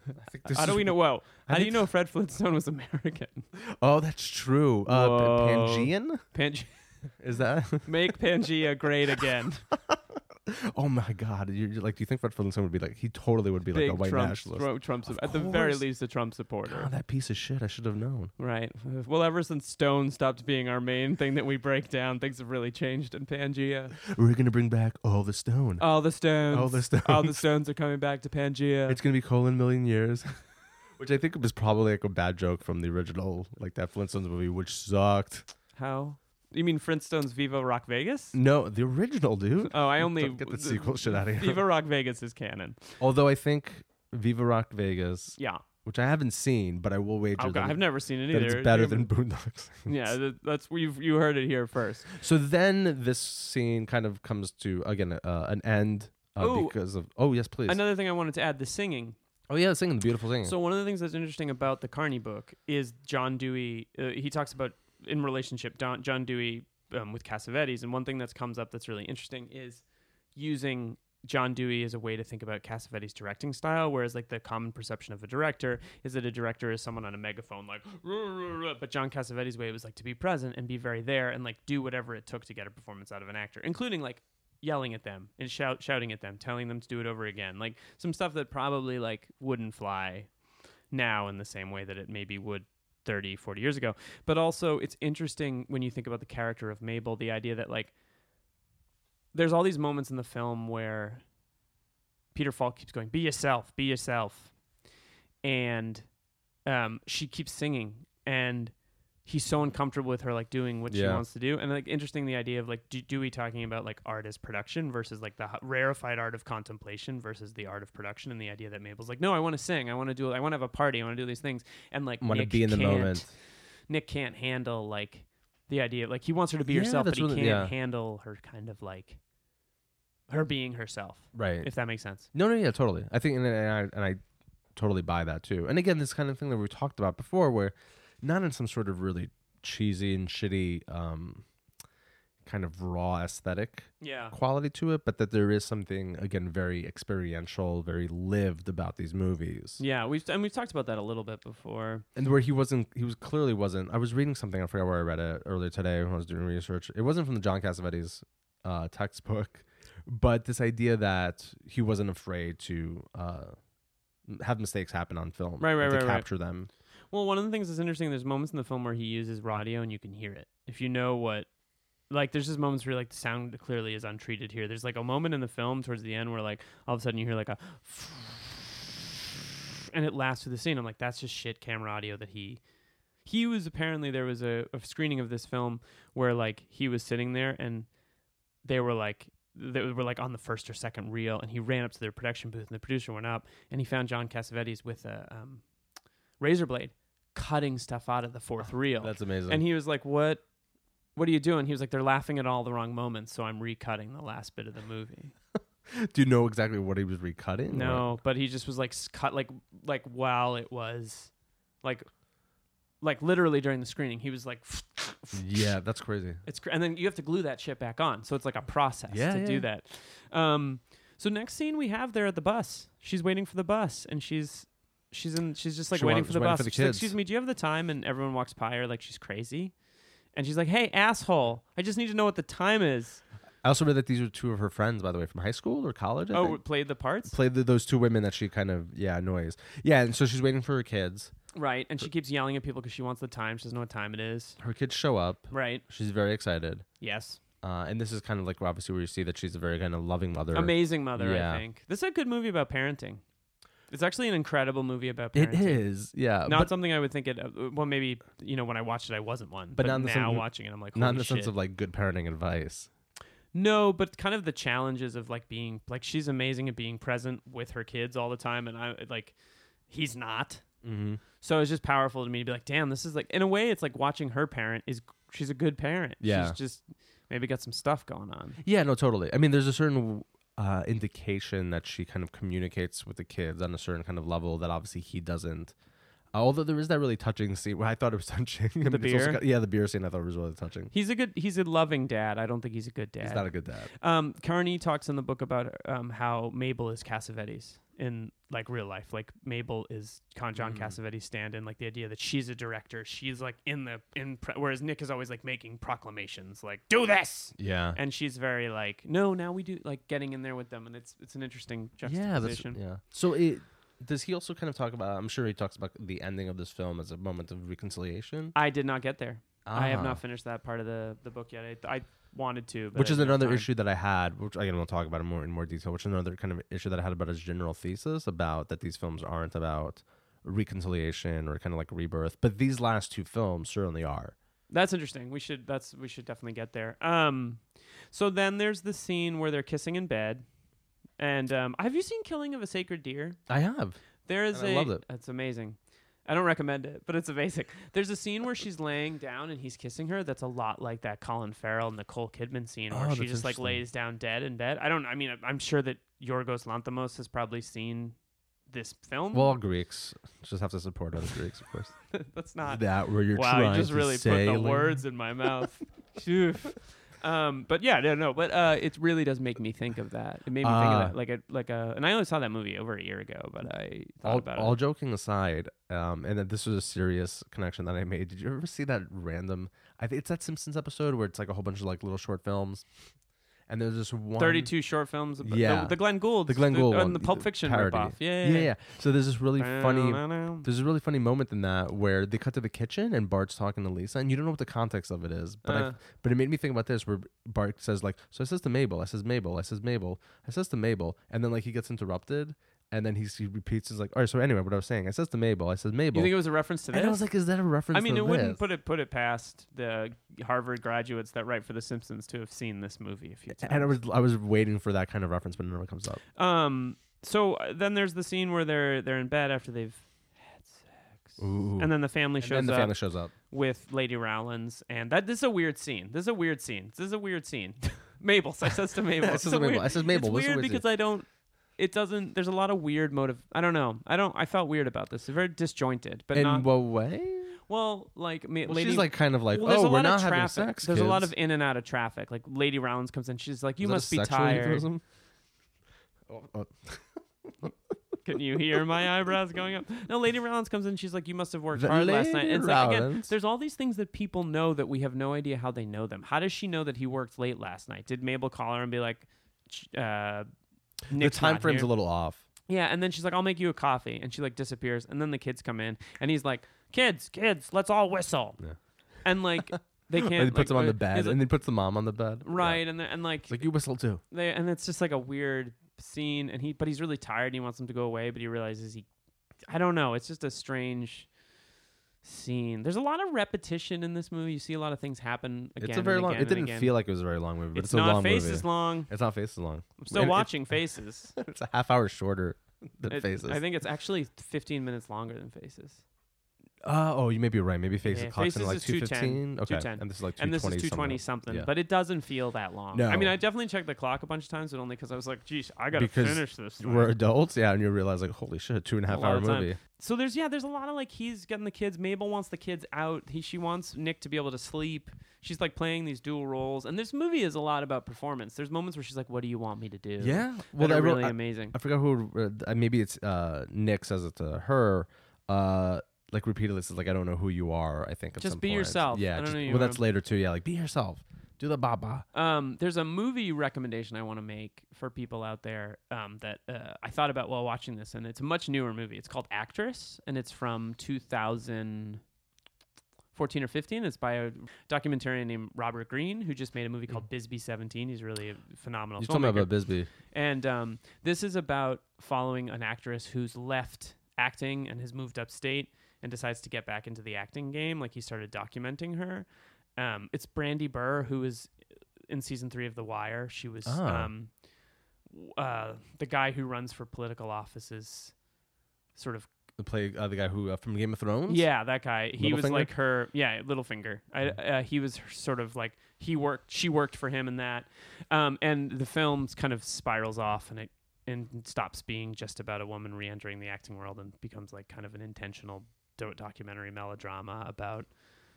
I think this how do is- we know? Whoa, I how do think you know Fred Flintstone was American? *laughs* Oh, that's true. Uh, P- Whoa. Pangean Pange- is that? *laughs* make Pangea great again. oh my god! You're, you're like, do you think Fred Flintstone would be like? He totally would be like Big a white Trump, nationalist. Trump, Trump Of sup- at the very course. least, a Trump supporter. God, that piece of shit! I should have known. Right. Well, ever since Stone stopped being our main thing that we break down, things have really changed in Pangea. We're gonna bring back all the stone. All the stones. All the All the stones are coming back to Pangea. It's gonna be colon million years. *laughs* Which I think was probably like a bad joke from the original, like that Flintstones movie, which sucked. How? You mean Flintstones Viva Rock Vegas? No, the original, dude. Oh, I only Don't get the sequel shit out of here. Viva Rock Vegas is canon. Although I think Viva Rock Vegas, Yeah. which I haven't seen, but I will wager Oh, that, God, I've never seen it that either. it's better You- than Boondocks. Yeah, th- that's we've you heard it here first. *laughs* So then this scene kind of comes to again uh, an end uh, Oh, because of oh yes please Another thing I wanted to add: the singing. oh yeah singing the beautiful singing. So one of the things that's interesting about the Carney book is John Dewey. Uh, he talks about in relationship Don, John Dewey um, with Cassavetes, and one thing that comes up that's really interesting is using John Dewey as a way to think about Cassavetes' directing style. Whereas like the common perception of a director is that a director is someone on a megaphone, like, "Ruh, ruh, ruh," but John Cassavetes' way was like to be present and be very there and like do whatever it took to get a performance out of an actor, including like yelling at them and shout shouting at them, telling them to do it over again, like some stuff that probably like wouldn't fly now in the same way that it maybe would 30, 40 years ago. But also, it's interesting when you think about the character of Mabel, the idea that, like, there's all these moments in the film where Peter Falk keeps going, be yourself, be yourself. And um, she keeps singing. And he's so uncomfortable with her, like, doing what she Yeah. wants to do. And, like, interesting the idea of, like, De- Dewey talking about, like, art as production versus, like, the h- rarefied art of contemplation versus the art of production. And the idea that Mabel's like, no, I want to sing. I want to do, I want to have a party. I want to do these things. And, like, want to Nick be in the can't- moment. Nick can't handle like the idea like he wants her to be Yeah, herself, but that's he really- can't yeah. handle her kind of like her being herself. Right. If that makes sense. No, no, yeah, totally. I think, and, and I and I totally buy that too. And again, this kind of thing that we talked about before, where not in some sort of really cheesy and shitty, um, kind of raw aesthetic Yeah. quality to it, but that there is something again very experiential, very lived about these movies. Yeah, we've and we've talked about that a little bit before. and where he wasn't he was clearly wasn't i was reading something i forgot where i read it earlier today when i was doing research it wasn't from the john cassavetes uh, textbook but this idea that he wasn't afraid to uh, have mistakes happen on film Right, right, and to right, right. capture them Well, one of the things that's interesting, there's moments in the film where he uses radio and you can hear it. If you know what like there's just moments where like the sound clearly is untreated here. There's like a moment in the film towards the end where like all of a sudden you hear like a *laughs* and it lasts through the scene. I'm like, that's just shit camera audio that he he was apparently there was a, a screening of this film where like he was sitting there and they were like they were like on the first or second reel and he ran up to their production booth and the producer went up and he found John Cassavetes with a um, razor blade cutting stuff out of the fourth reel. that's amazing And he was like, "What? What are you doing?" He was like, "They're laughing at all the wrong moments, so I'm recutting the last bit of the movie." do you know exactly what he was recutting no, but he just was like s- cut like like while it was like like literally during the screening, he was like, yeah that's crazy "It's cr-. and then you have to glue that shit back on." So it's like a process Yeah, to yeah, do that. Um, so next scene we have there at the bus. She's waiting for the bus, and she's. She's in. She's just like She waiting wants- for the waiting bus. for the She's like, kids. Excuse me, do you have the time? And everyone walks by her like she's crazy, and she's like, "Hey, asshole! I just need to know what the time is." i also read that these were two of her friends by the way from high school or college I Oh, think. played the parts? played the, those two women that she kind of yeah annoys yeah and so she's waiting for her kids right. And she keeps yelling at people because she wants the time. She doesn't know what time it is. her kids show up Right. she's very excited Yes. Uh, and this is kind of like obviously where you see that she's a very kind of loving mother. Amazing Mother, Yeah. I think. This is a good movie about parenting. It's actually an incredible movie about It parenting. is, yeah. Not Uh, but something I would think it. uh, Well, maybe you know when I watched it, I wasn't one. But not in the now sense- watching it, I'm like, not Holy in the shit. sense of like good parenting advice. no, but kind of the challenges of like being like she's amazing at being present with her kids all the time, and I like he's not. Mm-hmm. So it's just powerful to me to be like, damn, this is like in a way, it's like watching her parent is she's a good parent. Yeah. she's just maybe got some stuff going on. Yeah, no, totally. I mean, there's a certain uh, indication that she kind of communicates with the kids on a certain kind of level that obviously he doesn't. Uh, Although there is that really touching scene where I thought it was *laughs* touching. The beer? yeah, the beer scene I thought was really touching. He's a good. He's a loving dad. I don't think he's a good dad. He's not a good dad. Um, Carney talks in the book about um, how Mabel is Cassavetes in like real life. Like Mabel is Con Mm. John Cassavetes stand-in. Like the idea that she's a director, she's like in the in. Pre- whereas Nick is always like making proclamations, like do this, Yeah. and she's very like, no, now we do. Like getting in there with them, and it's it's an interesting yeah, that's, juxtaposition. yeah. So it does he also kind of talk about? I'm sure he talks about the ending of this film as a moment of reconciliation, I did not get there. I have Ah. not finished that part of the the book yet. I, I wanted to, but which I is didn't have another time. issue that I had, which again we'll talk about it more in more detail. Which is another kind of issue that I had about his general thesis about that these films aren't about reconciliation or kind of like rebirth, but these last two films certainly are. That's interesting. We should that's we should definitely get there. Um, so then there's the scene where they're kissing in bed, and um, have you seen Killing of a Sacred Deer? I have. There is And I a love it. It's amazing. I don't recommend it, but it's amazing. There's a scene where she's laying down and he's kissing her. That's a lot like that Colin Farrell Nicole Kidman scene Oh, where she that's just like interesting. lays down dead in bed. I don't. I mean, I'm sure that Yorgos Lanthimos has probably seen this film. Well, all Greeks just have to support other Greeks, of course. *laughs* that's not that where you're wow, trying you just to really put say, the like- words in my *laughs* mouth. Oof. Um, but yeah, no, no, but uh, it really does make me think of that. It made me think Ah. of that, like a, like a, and I only saw that movie over a year ago, but I thought all, about all it. joking aside, um, and that this was a serious connection that I made. Did you ever see that random? I think it's that Simpsons episode where it's like a whole bunch of like little short films, and there's this one Thirty-two short films. About, Yeah. the, the Glenn Gould, the Glenn Gould one, and the Pulp Fiction parody. ripoff. Yeah, yeah, yeah. So there's this really funny. Funny. There's a really funny moment in that where they cut to the kitchen and Bart's talking to Lisa, and you don't know what the context of it is, but I, Uh. but it made me think about this where Bart says like, so I says to Mabel, I says Mabel, I says Mabel, I says to Mabel, and then like he gets interrupted, and then he's, he repeats is like, all right, so anyway, what I was saying, I says to Mabel, I says Mabel, You think it was a reference to and I this? was like, is that a reference? I mean, to it wouldn't this? put it put it past the Harvard graduates that write for The Simpsons to have seen this movie a few times. And I was I was waiting for that kind of reference, but it never comes up. Um. So uh, then there's the scene where they're they're in bed after they've had sex, Ooh. and then the family And shows then the up family shows up. with Lady Rowlands, and that this is a weird scene. This is a weird scene. This is a weird scene. *laughs* Mabel, so I says *laughs* to Mabel. I it's says a to Mabel, weird- I says, "Mabel, It's what's the weird weird because I don't. It doesn't. There's a lot of weird motive. I don't know. I don't. I felt weird about this. Very disjointed, but In not what way? well. Like ma- Well, Lady. she's like kind of like, well, there's oh, a we're lot not of having traffic. sex. there's a lot kids." of in and out of traffic. Like Lady Rollins comes in, she's like, "You Is that a must be sexual tired." euphemism? Oh, oh. Can you hear my eyebrows going up? No, Lady Rollins comes in. She's like, "You must have worked The hard last night." Lady And it's like, again, Rollins. there's all these things that people know that we have no idea how they know them. How does she know that he worked late last night? Did Mabel call her and be like, "Ch- uh, The Nick's time not frame's here." a little off. yeah?" And then she's like, "I'll make you a coffee," and she like disappears. And then the kids come in, and he's like, "Kids, kids, let's all whistle." Yeah. And like they can't. *laughs* And he puts like, uh, him on the he's bed, like, and then puts the mom on the bed. Yeah. right, and the, and like It's like you whistle too. they and it's just like a weird scene and he but he's really tired and he wants them to go away but he realizes he i don't know it's just a strange scene there's a lot of repetition in this movie you see a lot of things happen again It's a very and long. again It and didn't again. feel like it was a very long movie, but it's, it's, a not long faces movie. long *laughs* It's not faces long. i'm still And it- watching *laughs* faces It's a half hour shorter than It- faces. i think it's actually 15 minutes longer than faces Uh, oh, you may be right. Maybe faces Yeah, clocks in Faces like is 210, 215. Okay, 210. and this is like 220 and this is 220 something. something, Yeah. but it doesn't feel that long i mean No. i definitely checked the clock a bunch of times but only because i was like geez i gotta Because finish this thing. We're adults, yeah, and you realize like, holy shit, two and a half lot hour of time. movie. so there's yeah there's a lot of like he's getting the kids mabel wants the kids out he she wants nick to be able to sleep she's like playing these dual roles and this movie is a lot about performance there's moments where she's like what do you want me to do Yeah, well well, they're I wrote- really I- amazing I forgot who. Uh, th- maybe it's uh, Nick says it to her. Uh, like repeatedly says like, I don't know who you are. I think at Just some be point. yourself. I Yeah, don't just- know who you well, that's are. later too. Yeah, like be yourself. Do the ba ba. um there's a movie recommendation i want to make for people out there um that uh, i thought about while watching this and it's a much newer movie it's called actress and it's from 2000 14 or 15. It's by a documentarian named Robert Greene, who just made a movie called Bisbee 17. He's really a phenomenal Hmm. You're talking filmmaker. about Bisbee. And um, this is about following an actress who's left acting and has moved upstate and decides to get back into the acting game. Like he started documenting her. Um, it's Brandy Burr, who was in season three of The Wire. She was Oh. um, w- uh, the guy who runs for political offices, sort of The play uh, the guy who uh, from Game of Thrones. yeah, that guy. He was Littlefinger? Hmm. like her. Yeah, Littlefinger. I, uh, he was her sort of like he worked. She worked for him in that, um, and the film kind of spirals off and it and stops being just about a woman re-entering the acting world and becomes like kind of an intentional do- documentary melodrama about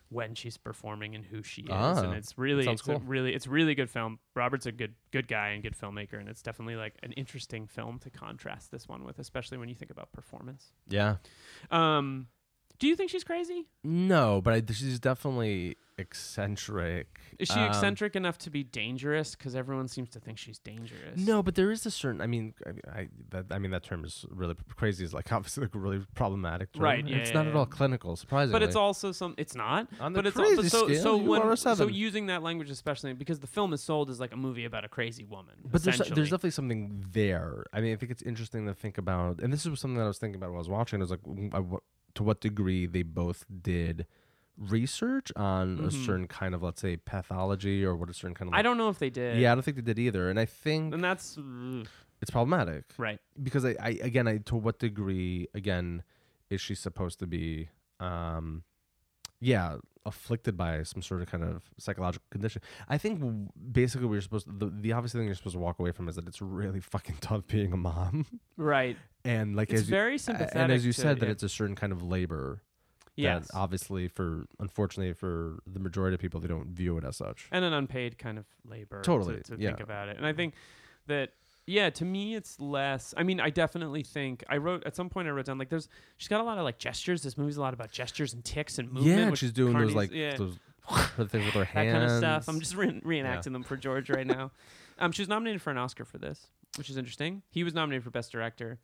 when she's performing and who she is, Ah, and it's really, sounds it's a cool. really, it's a really good film. Robert's a good, good guy and good filmmaker, and it's definitely like an interesting film to contrast this one with, especially when you think about performance. Yeah. Um, do you think she's crazy? No, but I, she's definitely eccentric. Is she Um, eccentric enough to be dangerous? Because everyone seems to think she's dangerous. No, but there is a certain. I mean, I, I, that, I mean that term is really crazy. Is like *laughs* obviously like a really problematic. Term. Right, and yeah, it's yeah, not at yeah. all clinical. Surprisingly. but it's also some. It's not. On the but it's crazy all, but so scale, so you when are a so seven. using that language especially because the film is sold as like a movie about a crazy woman. But there's, essentially. there's definitely something there. I mean, I think it's interesting to think about, and this was something that I was thinking about while I was watching. It was like, w- I w- to what degree they both did research on a certain kind of, let's say, pathology or what a certain kind of. Mm-hmm. I don't know if they did. Yeah, I don't think they did either, and I think and that's mm, it's problematic right. because I, I again, I to what degree again is she supposed to be, um, yeah, afflicted by some sort of kind of psychological condition? I think w- basically we are supposed to, the the obvious thing you're supposed to walk away from is that it's really *laughs* fucking tough being a mom, Right. and like It's as very you, sympathetic. and as you to- said that yeah. it's uh, a certain kind of labor. yes. That obviously for unfortunately for the majority of people they don't view it as such. and an unpaid kind of labor to- Totally, to, yeah. think about it and i think that yeah to me it's less i mean i definitely think i wrote at some point i wrote down like there's she's got a lot of like gestures this movie's a lot about gestures and ticks and movement yeah, and which she's doing Carney's- those like yeah, those *laughs* the things with her that hands. kind of stuff i'm just re- reenacting them for george right now *laughs* um, she was nominated for an oscar for this which is interesting he was nominated for best director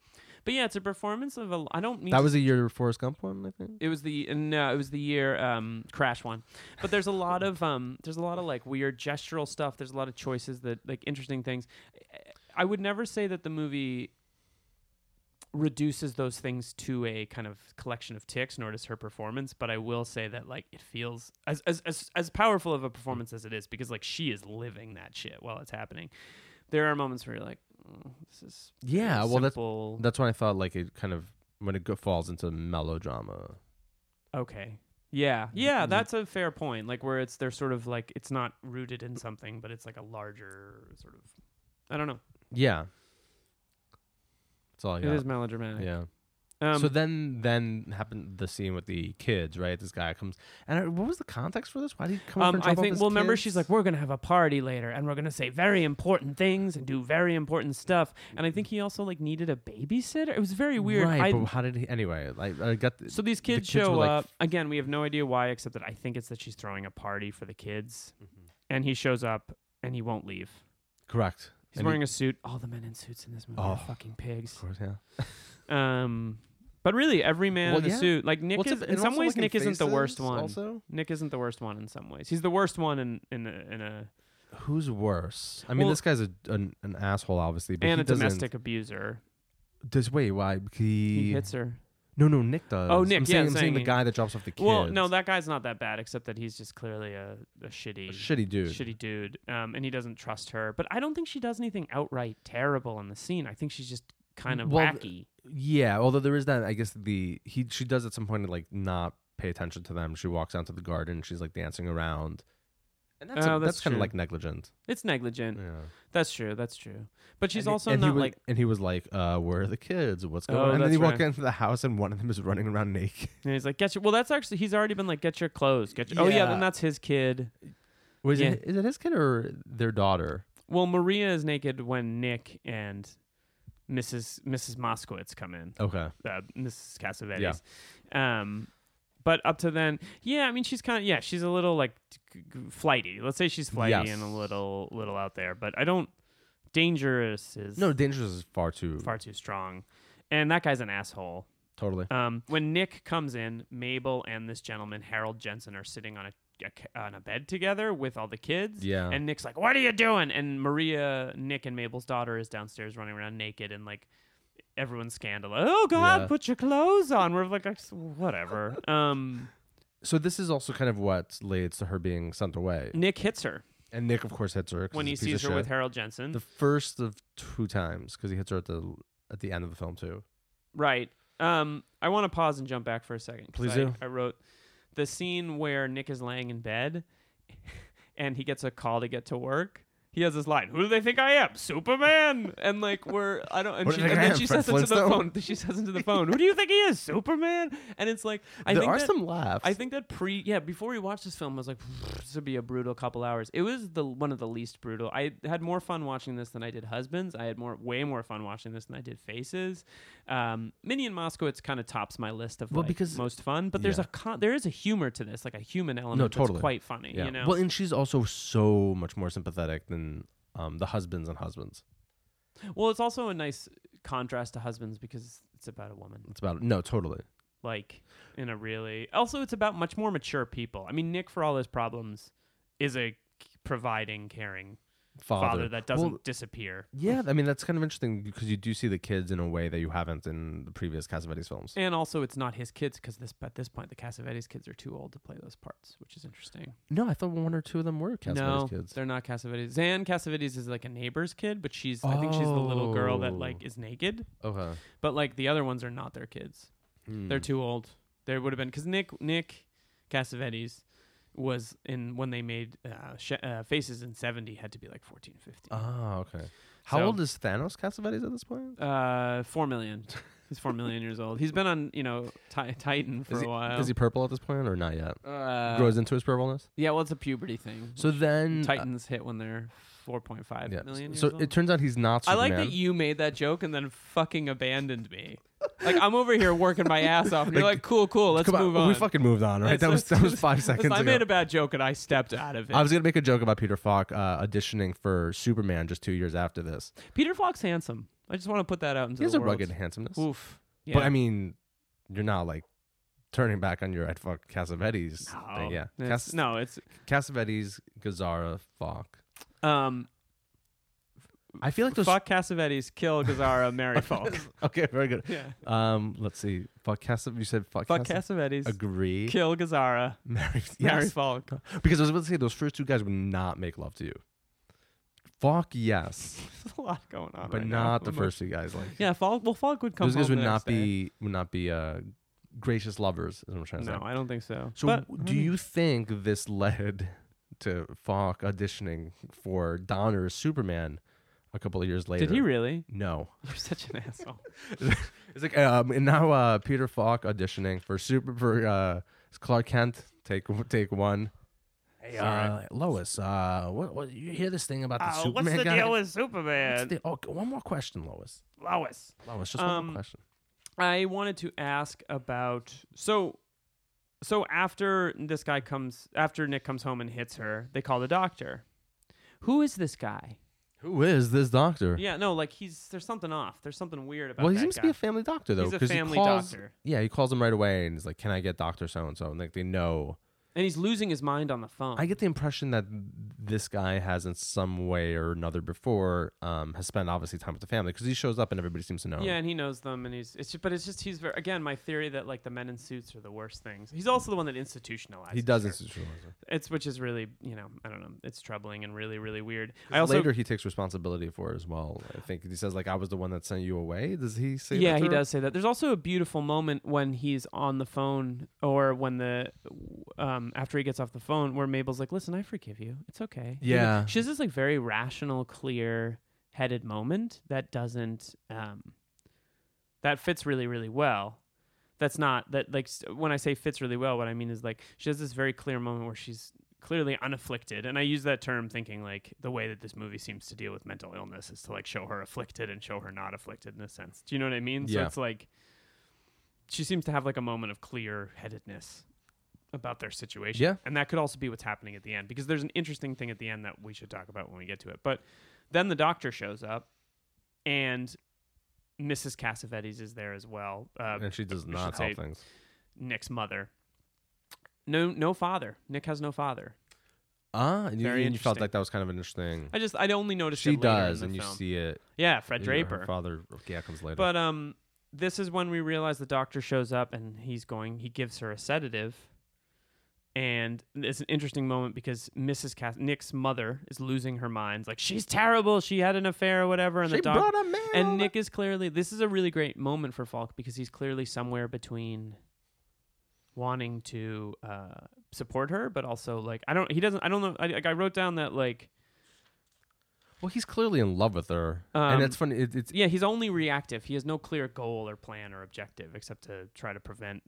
but yeah it's a performance of a i don't mean that to was a year Forrest Gump one, I think. it was the no, it was the year um, Crash one. But there's a lot of um, there's a lot of like weird gestural stuff. There's a lot of choices that like interesting things. I would never say that the movie reduces those things to a kind of collection of ticks, nor does her performance. But I will say that like it feels as as as, as powerful of a performance as it is because like she is living that shit while it's happening. There are moments where you're like, "Mm, this is Yeah, well, that's simple." That's when I thought like it kind of when it go- falls into melodrama. Okay. Yeah. Yeah, Mhm. that's a fair point. Like where it's they're sort of like it's not rooted in something, but it's like a larger sort of I don't know. Yeah, that's all I got. It is melodramatic. Oh, yeah. Um, so then, then happened the scene with the kids, right? This guy comes, and I, what was the context for this? Why did he come? up um, and I jump on think his well remember kids? she's like we're going to have a party later and we're going to say very important things and do very important stuff. And I think he also like needed a babysitter. It was very weird. Right, I- but how did he? Anyway, like I got. The, so these kids, kids were, show like, up. Again, we have no idea why except that I think it's that she's throwing a party for the kids. Mm-hmm. And he shows up and he won't leave. correct. He's And he- wearing a suit. All the men in suits in this movie are Oh. fucking pigs. Of course, yeah. Um, but really, every man Well, in a yeah. suit, like Nick, What's is, up- in and some also, ways, like, in Nick isn't the worst faces one. Also, Nick isn't the worst one in some ways. He's the worst one in in a, in a who's worse? I mean, Well- this guy's a, an, an asshole, obviously, but and he a doesn't- domestic abuser. Does wait? Why? He, He, hits her. No, no, Nick does. Oh, Nick, I'm yeah, saying, I'm I'm saying the saying- guy that drops off the kids. Well, no, that guy's not that bad, except that he's just clearly a, a A shitty, shitty dude. shitty dude. Um, and he doesn't trust her. But I don't think she does anything outright terrible in the scene. I think she's just kind of Well, wacky. Yeah, although there is that. I guess the he she does at some point like not pay attention to them. She walks out to the garden. She's like dancing around, and that's Oh, that's, that's kind of true. like negligent. It's negligent. Yeah, That's true. That's true. But she's And he- also and he not was- like And he was like, uh, "Where are the kids? What's going Oh, on?" And then that's he walked right. into the house, and one of them is running around naked. And he's like, get your. Well, that's actually he's already been like, get your clothes. Get your. Oh yeah, Yeah. then that's his kid. Was Yeah. it is it his kid or their daughter? Well, Maria is naked when Nick and Mrs. Mrs. Moskowitz come in. Okay, Uh, Mrs. Cassavetes. Um, but up to then, yeah, I mean, she's kind of yeah, she's a little like g- g- flighty. Let's say she's flighty and a Yes. little little out there. But I don't. Dangerous is no, dangerous is far too far too strong, and that guy's an asshole. totally. Um, when Nick comes in, Mabel and this gentleman Harold Jensen are sitting on a, a ca- on a bed together with all the kids. Yeah. And Nick's like, "What are you doing?" And Maria, Nick, and Mabel's daughter is downstairs running around naked and like everyone's scandalous. Oh God, Yeah. put your clothes on. We're like, "Ex- whatever. um, So this is also kind of what leads to her being sent away, Nick hits her and Nick, of course, hits her 'cause when he he's a piece sees her of shit. with Harold Jensen. The first of two times because he hits her at the at the end of the film too. Right. Um, I want to pause and jump back for a second. 'cause Please I, do. I wrote *laughs* the scene where Nick is laying in bed and he gets a call to get to work he has this line, "Who do they think I am, Superman?" And like we're I don't, and, What do she, and they think I then am, she Fred says it to the Flintstone? phone. She says it to the phone, "Who do you think he is, Superman?" And it's like I there think are that- some laughs. I think that pre yeah before we watched this film I was like this would be a brutal couple hours. It was the one of the least brutal. I had more fun watching this than I did Husbands. I had more way more fun watching this than I did Faces. Um, Minion Moscow it's kind of tops my list of Well, like, because- most fun. But there's yeah. a con- there is a humor to this like a human element. totally. That's quite funny. yeah. You know. Well, and she's also so much more sympathetic than um, the husbands and husbands. Well, it's also a nice contrast to Husbands because it's about a woman. It's about no, totally. Like in a really also it's about much more mature people. I mean Nick for all his problems is a providing caring Father, father that doesn't Well, disappear. yeah, I mean that's kind of interesting because you do see the kids in a way that you haven't in the previous Cassavetes films. And also, it's not his kids because this at this point the Cassavetes kids are too old to play those parts, which is interesting. No, I thought one or two of them were Cassavetes no, kids. they're not Cassavetes. Zan Cassavetes is like a neighbor's kid, but she's I think she's the little girl that Oh. like is naked. Okay. Hmm. But like the other ones are not their kids. They're too old. There would have been because Nick Nick Cassavetes was in when they made uh, sh- uh, Faces in seventy had to be like 14, 15. Oh, okay. How So- old is Thanos Cassavetes at this point? Uh, four million. *laughs* He's four million years old. He's been on you know Ti- Titan for is, a he, while. is he purple at this point or not yet? uh, Grows into his purpleness. Yeah, well, it's a puberty thing. So then uh, Titans hit when they're 4.5 yeah. million years So old. it turns out he's not. I Superman. like that you made that joke and then fucking abandoned me. Like I'm over here working my ass off, and you're Like, like, "Cool, cool, let's Come move on, on." We fucking moved on, right? Let's- That was that let's- *laughs* was five let's- seconds ago. I made a bad joke and I stepped out of it. I was gonna make a joke about Peter Falk uh, auditioning for Superman just two years after this. Peter Falk's handsome. I just want to put that out into He has the a world. rugged handsomeness, Oof. Yeah. but I mean, you're not like turning back on your I'd fuck Cassavetes. no, thing. Yeah, it's- Cas- no, it's Cassavetes, Gazzara, Falk. um, I feel like those. fuck Cassavetes, kill *laughs* Gazara, marry Falk. Okay, very good. *laughs* yeah, Um, let's see. Fuck Cassav. You said fuck. fuck Cassav- Cassavetes, Agree. kill Gazara, Marry. marry Yes. Falk. Because I was about to say those first two guys would not make love to you. Fuck yes, There's *laughs* a lot going on, but right now. not the I'm first two guys. Like *laughs* Yeah, Falk. Well, Falk would come. eh? those guys home would the not next day. be would not be uh, gracious lovers. Is what I'm trying to No, say. I don't think so. So, But- do you think this led *laughs* to Falk auditioning for Donner's Superman a couple of years later? Did he really? *laughs* No. You're *laughs* such an asshole. It's like um, and now uh, Peter Falk auditioning for Super for uh, Clark Kent. Take take one. Hey, uh, Sorry. Lois, uh, what, what you hear this thing Uh, about the Superman guy? with What's Superman? the- oh, one more question, Lois. Lois. Lois, just one Um, more question. I wanted to ask about so so after this guy comes after Nick comes home and hits her, they call the doctor. Who is this guy? Who is this doctor? Yeah, no, like he's there's something off. There's something weird about Well, he that seems guy. to be a family doctor though. He's a 'cause he family calls- doctor. Yeah, he calls him right away and he's like, "Can I get Doctor So and So?" And like they know. and he's losing his mind on the phone. I get the impression that this guy has, in some way or another, before um, has spent obviously time with the family because he shows up and everybody seems to know. him. Yeah, and he knows them, and he's it's just, but it's just he's very, again my theory that like the men in suits are the worst things. He's also the one that institutionalized. he does institutionalize it. It's which is really you know I don't know it's troubling and really really weird. I also Later, he takes responsibility for it as well. I think he says like, "I was the one that sent you away." Does he say? that yeah to he her? does say that. There's also a beautiful moment when he's on the phone or when the um after he gets off the phone where Mabel's like, listen, I forgive you. It's okay. You know, Yeah. she has this like very rational, clear headed moment that doesn't um that fits really really well. That's not that like s- when I say fits really well, what I mean is like she has this very clear moment where she's clearly unafflicted and i use that term thinking like the way that this movie seems to deal with mental illness is to like show her afflicted and show her not afflicted in a sense do you know what i mean so Yeah. it's like she seems to have like a moment of clear headedness about their situation Yeah. and that could also be what's happening at the end because there's an interesting thing at the end that we should talk about when we get to it but then the doctor shows up and mrs cassavetes is there as well uh, and she does we not should say help things. nick's mother no no father nick has no father Ah, and you, Very and you felt interesting. like that was kind of an interesting. I just I only noticed She it later does, in and the you film. see it. yeah, Fred you know, Draper. her father, yeah, comes later. but um, this is when we realize the doctor shows up and he's going. He gives her a sedative, and it's an interesting moment because Mrs. Cass- Nick's mother is losing her mind. Like she's terrible. She had an affair or whatever, and she the doctor brought a man. and Nick is clearly this is a really great moment for Falk because he's clearly somewhere between wanting to uh, support her, but also like I don't he doesn't I don't know I, like I wrote down that like Well, he's clearly in love with her, Um, and it's funny. It, it's Yeah, he's only reactive. He has no clear goal or plan or objective except to try to prevent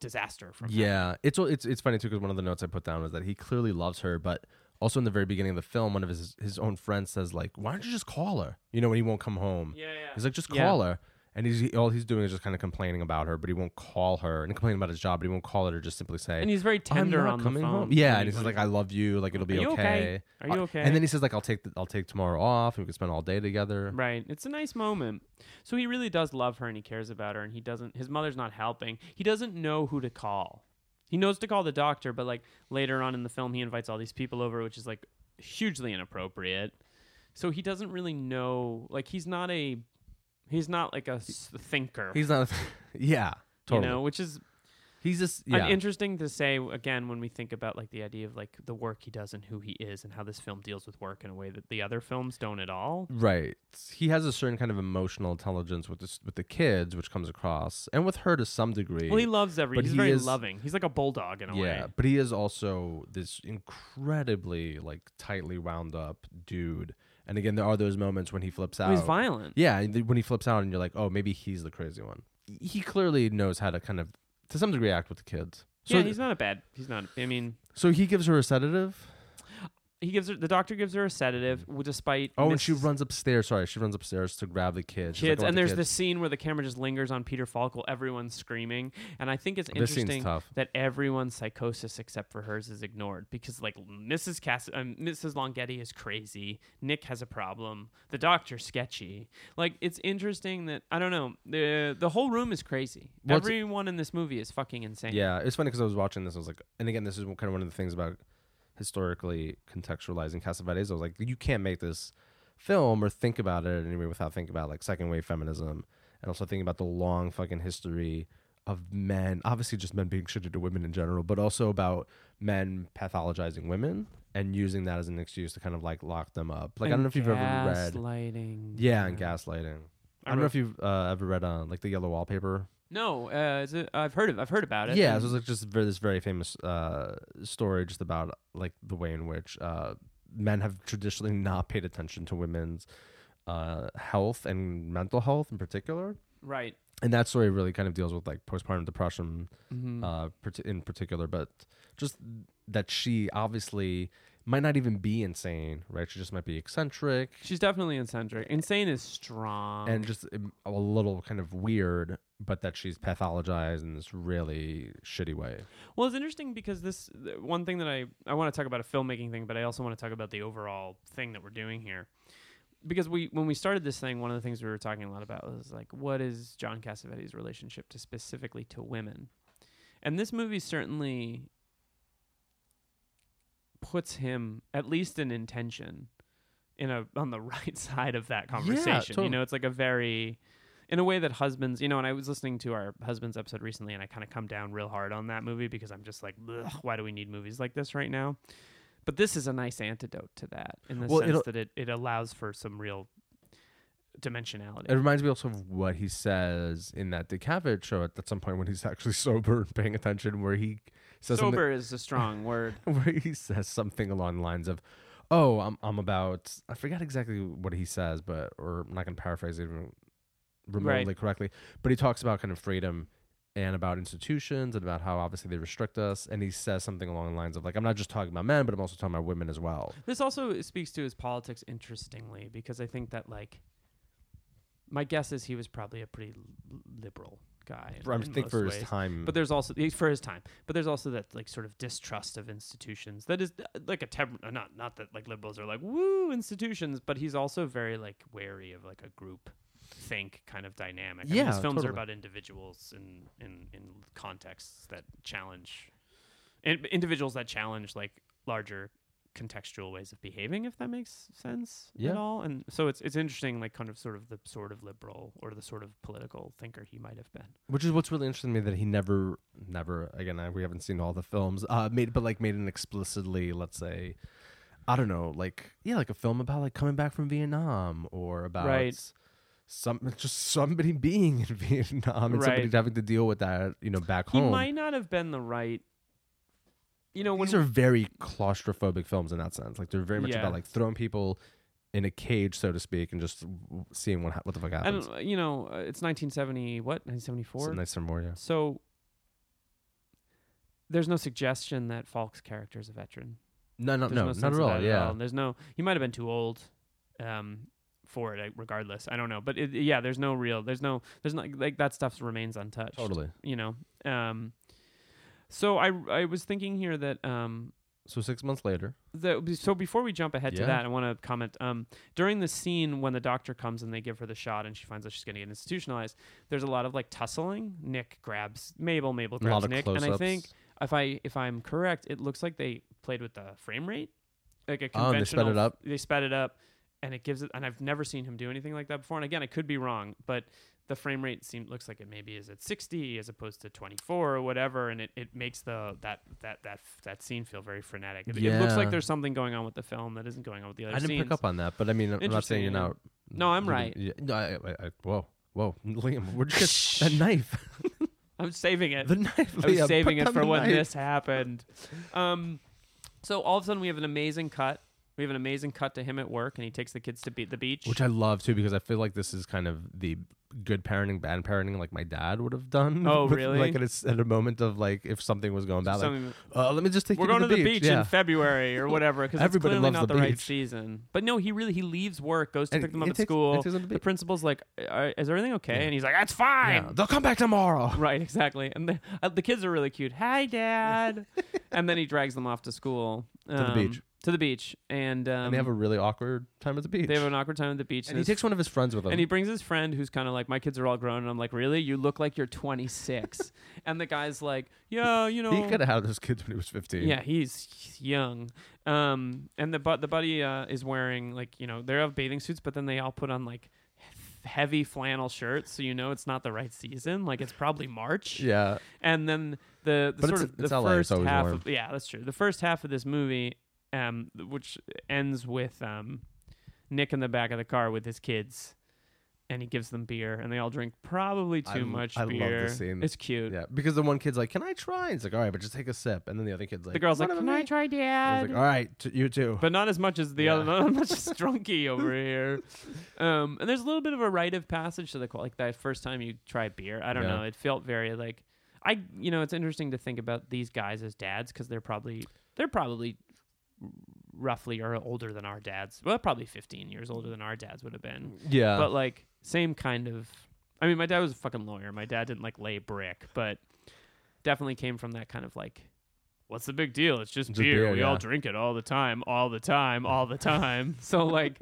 disaster from happening. yeah, it's al- it's it's funny too because one of the notes I put down was that he clearly loves her, but also in the very beginning of the film, one of his his own friends says like, "Why don't you just call her?" You know, when he won't come home. Yeah, yeah. He's like, just Yeah. call her. And he's he- all he's doing is just kind of complaining about her, but he won't call her and complaining about his job, but he won't call her to just simply say, And he's very "I'm tender not on the phone. coming home." Yeah, when and he he's says on- like, "I love you. Like it'll be Are you okay? okay. Are you Uh, okay? And then he says like, "I'll take the, I'll take tomorrow off, and we can spend all day together." Right. It's a nice moment. So he really does love her and he cares about her and he doesn't his mother's not helping. He doesn't know who to call. He knows to call the doctor, but like later on in the film he invites all these people over, which is like hugely inappropriate. So he doesn't really know like he's not a he's not like a s- thinker. He's not. *laughs* yeah, totally. You know, which is he's just an yeah. interesting to say again when we think about like the idea of like the work he does and who he is and how this film deals with work in a way that the other films don't at all. Right. He has a certain kind of emotional intelligence with this, with the kids, which comes across, and with her to some degree. Well, he loves every. But he's he very is- loving. He's like a bulldog in a yeah, way. but he is also this incredibly like tightly wound up dude. And again, there are those moments when he flips out. He's violent. Yeah, and th- when he flips out, and you're like, oh, maybe he's the crazy one. He clearly knows how to kind of, to some degree, act with the kids. So, yeah, he's not a bad. He's not. I mean, so he gives her a sedative. he gives her the doctor gives her a sedative w- despite. Oh, and she Miss runs upstairs. Sorry, she runs upstairs to grab the kids. She's like, Kids "I want and the there's kids." the scene where the camera just lingers on Peter Falk, everyone's screaming, and I think it's This scene's interesting tough. that everyone's psychosis except for hers is ignored because like Mrs. Cass, um, Mrs. Longetti is crazy, Nick has a problem, the doctor's sketchy. Like it's interesting that I don't know the the whole room is crazy. Well, it's- Everyone in this movie is fucking insane. Yeah, it's funny because I was watching this. I was like, and again, this is kind of one of the things about historically contextualizing Cassavetes. I was like, you can't make this film or think about it anyway without thinking about like second wave feminism and also thinking about the long fucking history of men, obviously just men being shitty to women in general, but also about men pathologizing women and using that as an excuse to kind of like lock them up. Like I don't know if you've ever read, Gaslighting. yeah, and gaslighting. I, don't know wrote- if you've uh, ever read uh, like the yellow wallpaper No, uh, is it, I've heard of. I've heard about it. Yeah, and- so it's like just very, this very famous uh, story just about like the way in which uh, men have traditionally not paid attention to women's uh, health and mental health in particular. right. And that story really kind of deals with like postpartum depression Mhm. uh, part- in particular, but just that she obviously might not even be insane, right? She just might be eccentric She's definitely eccentric. Insane is strong. and just um, a little kind of weird, but that she's pathologized in this really shitty way. well, it's interesting because this th- one thing that I I want to talk about a filmmaking thing, but I also want to talk about the overall thing that we're doing here. Because we when we started this thing, one of the things we were talking a lot about was like, what is John Cassavetes' relationship to specifically to women? And this movie certainly puts him at least an intention in a on the *laughs* right side of that conversation. You totally. know, it's like a very in a way that husbands, you know, and I was listening to our husbands episode recently and I kind of come down real hard on that movie because I'm just like, "Ugh, why do we need movies like this right now? But this is a nice antidote to that in the Well, sense it'll- that it, it allows for some real dimensionality. It reminds me also of what he says in that DeCavett show at, at some point when he's actually *laughs* sober and paying attention, where he says Sober is a *laughs* strong word. something where he says something along the lines of, "Oh, I'm I'm about I forgot exactly what he says, but or I'm not gonna paraphrase it even remotely correctly, but he talks about kind of freedom." And about institutions and about how obviously they restrict us. And he says something along the lines of, like, I'm not just talking about men, but I'm also talking about women as well. This also speaks to his politics interestingly because I think that like my guess is he was probably a pretty l- liberal guy. in- I in think most for his ways. time. But there's also eh, for his time, but there's also that like sort of distrust of institutions. That is uh, like a tem- uh, not not that like liberals are like woo institutions, but he's also very like wary of like a group think kind of dynamic. I mean, his Yeah, films are totally. about individuals in in in contexts that challenge in- individuals that challenge like larger contextual ways of behaving if that makes sense Yeah. at all and so it's it's interesting like kind of sort of the sort of liberal or the sort of political thinker he might have been Which is what's really interesting to me that he never, never again. I, we haven't seen all the films uh, made, but like made an explicitly, let's say, I don't know, like yeah, like a film about like coming back from Vietnam or about Right. some *laughs* just somebody being in *laughs* Vietnam and somebody Right. having to deal with that, you know, back home. He might not have been the right. You know, when These are very claustrophobic films in that sense. Like they're very much Yeah. about like throwing people in a cage, so to speak, and just w- seeing what ha- what the fuck I happens. don't, you know, uh, it's 1970, what, 1974? It's nice and more, yeah. So there's no suggestion that Falk's character is a veteran. No, no, There's no, no sense not of at that all. Yeah, And There's no. He might have been too old, um, for it. uh, Regardless, I don't know. But it, yeah, there's no real. There's no. There's not like that stuff remains untouched. totally. You know. Um. So I I was thinking here that um So six months later, the, so before we jump ahead to Yeah. that, I want to comment. Um, during the scene when the doctor comes and they give her the shot and she finds out she's going to get institutionalized, there's a lot of like tussling. Nick grabs Mabel, Mabel a lot grabs of Nick, close-ups. and I think if I if I'm correct, it looks like they played with the frame rate, like a Oh, and they sped conventional. it up? They sped it up, and it gives it. And I've never seen him do anything like that before. And again, I could be wrong, but the frame rate seems looks like it maybe is at 60 as opposed to 24 or whatever and it, it makes the that that that that scene feel very frenetic it, it looks like Yeah. there's something going on with the film that isn't going on with the other I didn't scenes pick up on that, but I mean, I'm not Interesting, saying you're yeah. not. No, I'm you right. didn't- Yeah, no, I, I, I, whoa, whoa, *laughs* Liam, we're just that knife, *laughs* i'm saving it the knife. *laughs* i was *laughs* Liam, saving put it down for the when knife. this happened um so all of a sudden we have an amazing cut we have an amazing cut to him at work and he takes the kids to be- the beach which I love too, because I feel like this is kind of the good parenting, bad parenting, like my dad would have done. Oh, *laughs* with, really? Like at a, s- at a moment of like if something was going bad, like Something- uh, let me just take. we're you going to the beach, yeah. in February or whatever because it's Everybody clearly loves not the the, right beach. season. But no, he really he leaves work, goes to And pick them up he at takes- school. he takes them to the the beach. principal's like, "Are- "Is everything okay?" Yeah. And he's like, "That's Yeah, fine." Um, They'll come back tomorrow. *laughs* Right, exactly. And the, uh, the kids are really cute. Hi, *laughs* Dad. and then he drags them off to school the um, beach. To the beach, and, um, and they have a really awkward time at the beach. they have an awkward time at the beach. and he his- takes one of his friends with him. and he brings his friend who's kind of like, my kids are all grown. And I'm like, really? You look like you're 26. *laughs* and the guy's like, yeah, you know. he could have had those kids when he was 15. Yeah, he's he's young. Um, and the but the buddy uh, is wearing like you know they have bathing suits, but then they all put on like he- heavy flannel shirts, so you know it's not the right season. Like it's probably March. Yeah. And then the, the But sort it's- of the it's LA, it's first always half warm. of yeah, that's true. The first half of this movie, um, th- which ends with um, Nick in the back of the car with his kids. And he gives them beer, and they all drink probably too I l- much I love the beer. scene. It's cute. Yeah. Because the one kid's like, "Can I try?" And it's like, "All right, but just take a sip." And then the other kid's like, The girl's like, "What "Can about I me?" try, And Dad?" he's like, "All right, t- you too." but not as much as the Yeah. other. Not as *laughs* much as drunky over here. Um, and there's a little bit of a rite of passage to the qual- like that first time you try beer. I don't Yeah. know. It felt very like I. You know, it's interesting to think about these guys as dads because they're probably they're probably roughly or older than our dads. Well, probably 15 years older than our dads would have been. yeah. but like same kind of. I mean, my dad was a fucking lawyer. My dad didn't like lay brick, but definitely came from that kind of like what's the big deal? It's just Just beer. beer, we all yeah. drink it all the time, all the time, all the *laughs* time. so like,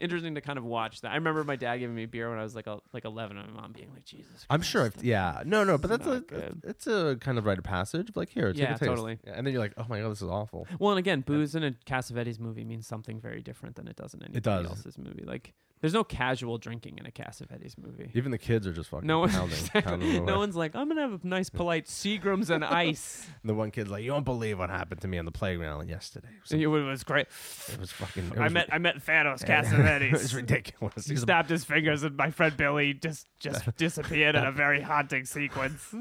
interesting to kind of watch that. I remember my dad giving me beer when I was like el- like eleven, and my mom being like, "Jesus." Christ. I'm sure. If, yeah. No, no. But It's that's a, not good. it's a kind of rite of passage. Like here, take Yeah, a taste. totally. Yeah, And then you're like, "Oh my god, this is awful." Well, and again, booze in a Cassavetes movie means something very different than it does in anybody does. else's movie. Like, there's no casual drinking in a Cassavetes movie. Even the kids are just *laughs* fucking No, pounding, pounding exactly. away. no one's like, I'm gonna have a nice, polite Seagrams *laughs* and ice. And the one kid's like, "You won't believe what happened to me on the playground yesterday." It was, it was great. it was fucking. It I was, met I met Thanos *laughs* It was Cassavetes. *laughs* ridiculous. He He's a snapped his fingers, and my friend Billy just *laughs* just disappeared in a very haunting sequence.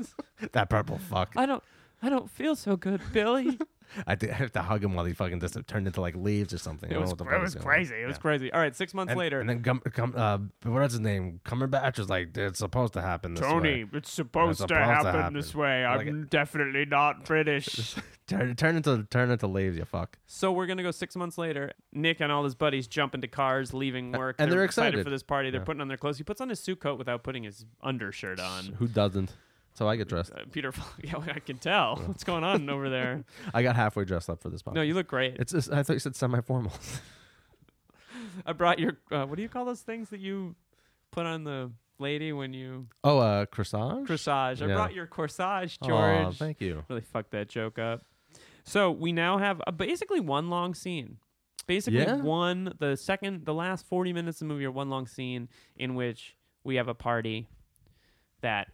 That purple fuck. I don't, I don't feel so good, Billy. I, did, I have to hug him while he fucking just turned into like leaves or something. *laughs* it I don't was, know what it the fuck was going on. crazy. It was Yeah. crazy. All right, six months And, later, and then come, come, uh, what's his name? Cumberbatch is like, it's supposed to happen. This Tony, way. it's supposed, supposed to, to happen happen. this way. Like I'm definitely not *laughs* British. turn, turn into turn into leaves, you fuck. so we're gonna go six months later. Nick and all his buddies jump into cars, leaving work, and they're excited. for this party. They're Yeah. putting on their clothes. He puts on his suit coat without putting his undershirt on. Who doesn't? So I get dressed. Uh, Peter, Falk- *laughs* yeah, I can tell what's going on over there. *laughs* I got halfway dressed up for this podcast. No, you look great. it's just, I thought you said semi-formal. *laughs* I brought your uh, what do you call those things that you put on the lady when you Oh, uh, croissant. corsage? I Yeah. brought your corsage, Aw, George. thank you. really fucked that joke up. So we now have uh basically one long scene. Basically, Yeah. one the second the last forty minutes of the movie are one long scene in which we have a party that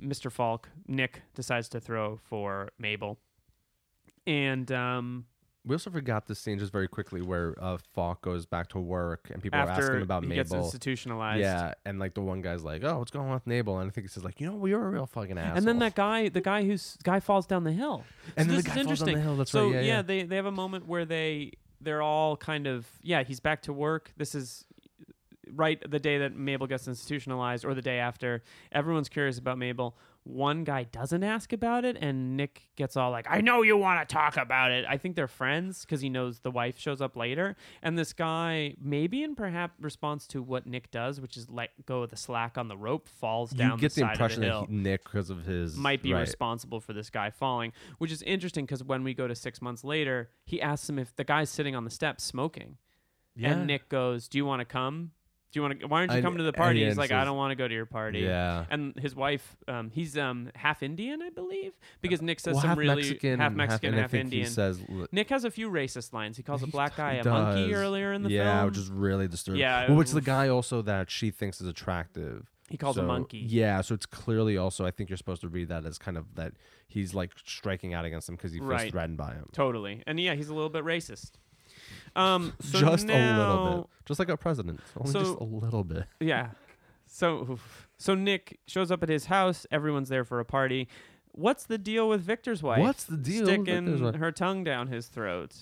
Mr. Falk Nick decides to throw for Mabel, and um, We also forgot this scene just very quickly where uh, Falk goes back to work and people are after asking about he Mabel. gets institutionalized, yeah, and like the one guy's like, "Oh, what's going on with Mabel?" And I think he says like, "You know, well, you're a real fucking asshole." And then that guy, the guy who's guy falls down the hill. And so then the this guy is falls down the interesting. hill, that's so right, yeah, yeah. they they have a moment where they they're all kind of yeah. He's back to work. This is right the day that Mabel gets institutionalized, or the day after. Everyone's curious about Mabel. One guy doesn't ask about it, and Nick gets all like, "I know you want to talk about it." I think they're friends because he knows the wife shows up later, and this guy maybe in perhaps response to what Nick does, which is let go of the slack on the rope, falls down. you get the, side impression of the that hill he- Nick, because of his might be right. responsible for this guy falling, which is interesting because when we go to six months later, he asks him if the guy's sitting on the steps smoking, and Nick goes, "Do you want to come? Do you want to? Why aren't you And- coming to the and party?" he He's like, "I answers- don't want to go to your party." Yeah. And his wife, um, he's um, half Indian, I believe, because Nick says well, some half really Mexican, half and Mexican, and I half think Indian. He says, li- Nick has a few racist lines. He calls a He black guy a does. monkey earlier in the yeah, film. which is really disturbing. Yeah, well, which the oof. guy also that she thinks is attractive. He calls a So, monkey. Yeah, so it's clearly also. I think you're supposed to read that as kind of that he's like striking out against him because he feels Right. threatened by him. Totally. And yeah, he's a little bit racist. Um, so just a now- little bit, just like our president, *laughs* only So- just a little bit. *laughs* Yeah. So oof. so Nick shows up at his house. Everyone's there for a party. What's the deal with Victor's wife? What's the deal with Sticking Victor's wife? her tongue down his throat.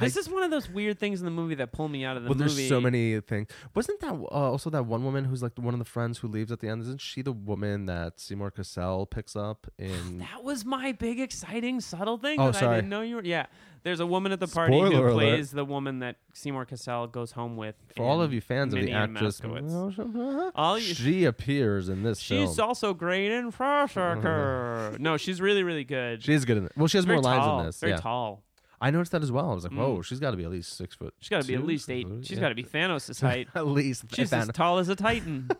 this is one of those weird things in the movie that pull me out of the Well, movie. there's so many things. Wasn't that uh, also that one woman who's like one of the friends who leaves at the end? Isn't she the woman that Seymour Cassell picks up in? Oh, That was my big exciting subtle thing Oh, that I sorry. didn't know you were. Yeah, there's a woman at the party Spoiler who alert. plays the woman that Seymour Cassell goes home with. For all in of you fans Minnie of and the actress, Oh, *laughs* uh-huh. Moskowitz. All you, she appears in this she's film. also great in *laughs* Froshaker. no, she's really really good. She's good in it. Well, she has very more lines tall, in this. Very yeah. tall. Mm. I noticed that as well. I was like, whoa, she's got to be at least six foot. She's got to be at two, least six eight. foot, She's yeah. got to be Thanos' height. *laughs* at least She's if as that- tall as a *laughs* titan.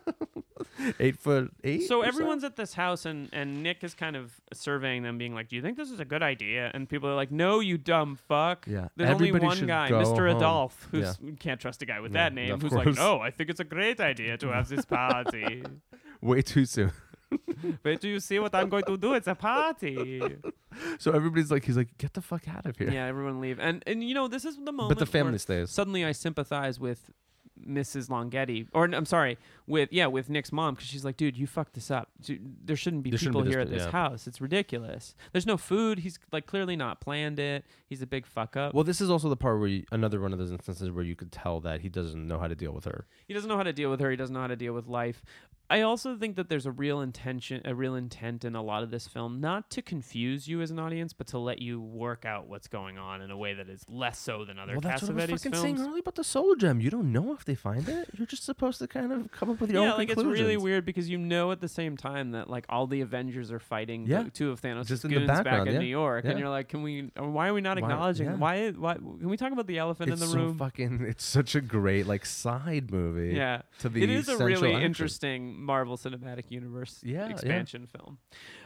eight foot eight. so or everyone's at this house, and, and Nick is kind of surveying them, being like, "Do you think this is a good idea?" And people are like, "No, you dumb fuck." Yeah, There's everybody only one should guy, go Mr. home. Adolph, who can't trust a guy with that name, of who's like, course. "No, I think it's a great idea to have this *laughs* party." way too soon. *laughs* Wait till you see what I'm going to do. It's a *laughs* party. So everybody's like, he's like, get the fuck out of here. yeah, everyone leave, and and you know this is the moment. *laughs* but the family where- stays. suddenly I sympathize with Mrs. Longetti, or n- I'm sorry, with yeah, with Nick's mom because she's like, dude, you fucked this up. D- There shouldn't be There shouldn't people be this here at pe- this yeah. house. It's ridiculous. There's no food. He's like clearly not planned it. He's a big fuck up. Well, this is also the part where you, another one of those instances where you could tell that he doesn't know how to deal with her. he doesn't know how to deal with her. He doesn't know how to deal with life. I also think that there's a real intention, a real intent in a lot of this film, not to confuse you as an audience, but to let you work out what's going on in a way that is less so than other well, that's what I was Cassavetes fucking films. saying earlier about the soul gem. You don't know if they find it. You're just supposed to kind of come up with your yeah, own like it's conclusions. really weird because you know at the same time that like all the Avengers are fighting Yeah. the two of Thanos' Just in the goons back background, in yeah. New York, and Yeah. you're like, can we? uh, Why are we not Why- acknowledging? yeah. Why? Why? Can we talk about the elephant It's in the so room? fucking. *laughs* It's such a great like side movie. yeah, To the it is a central really action. interesting Marvel Cinematic Universe Yeah, yeah. expansion film.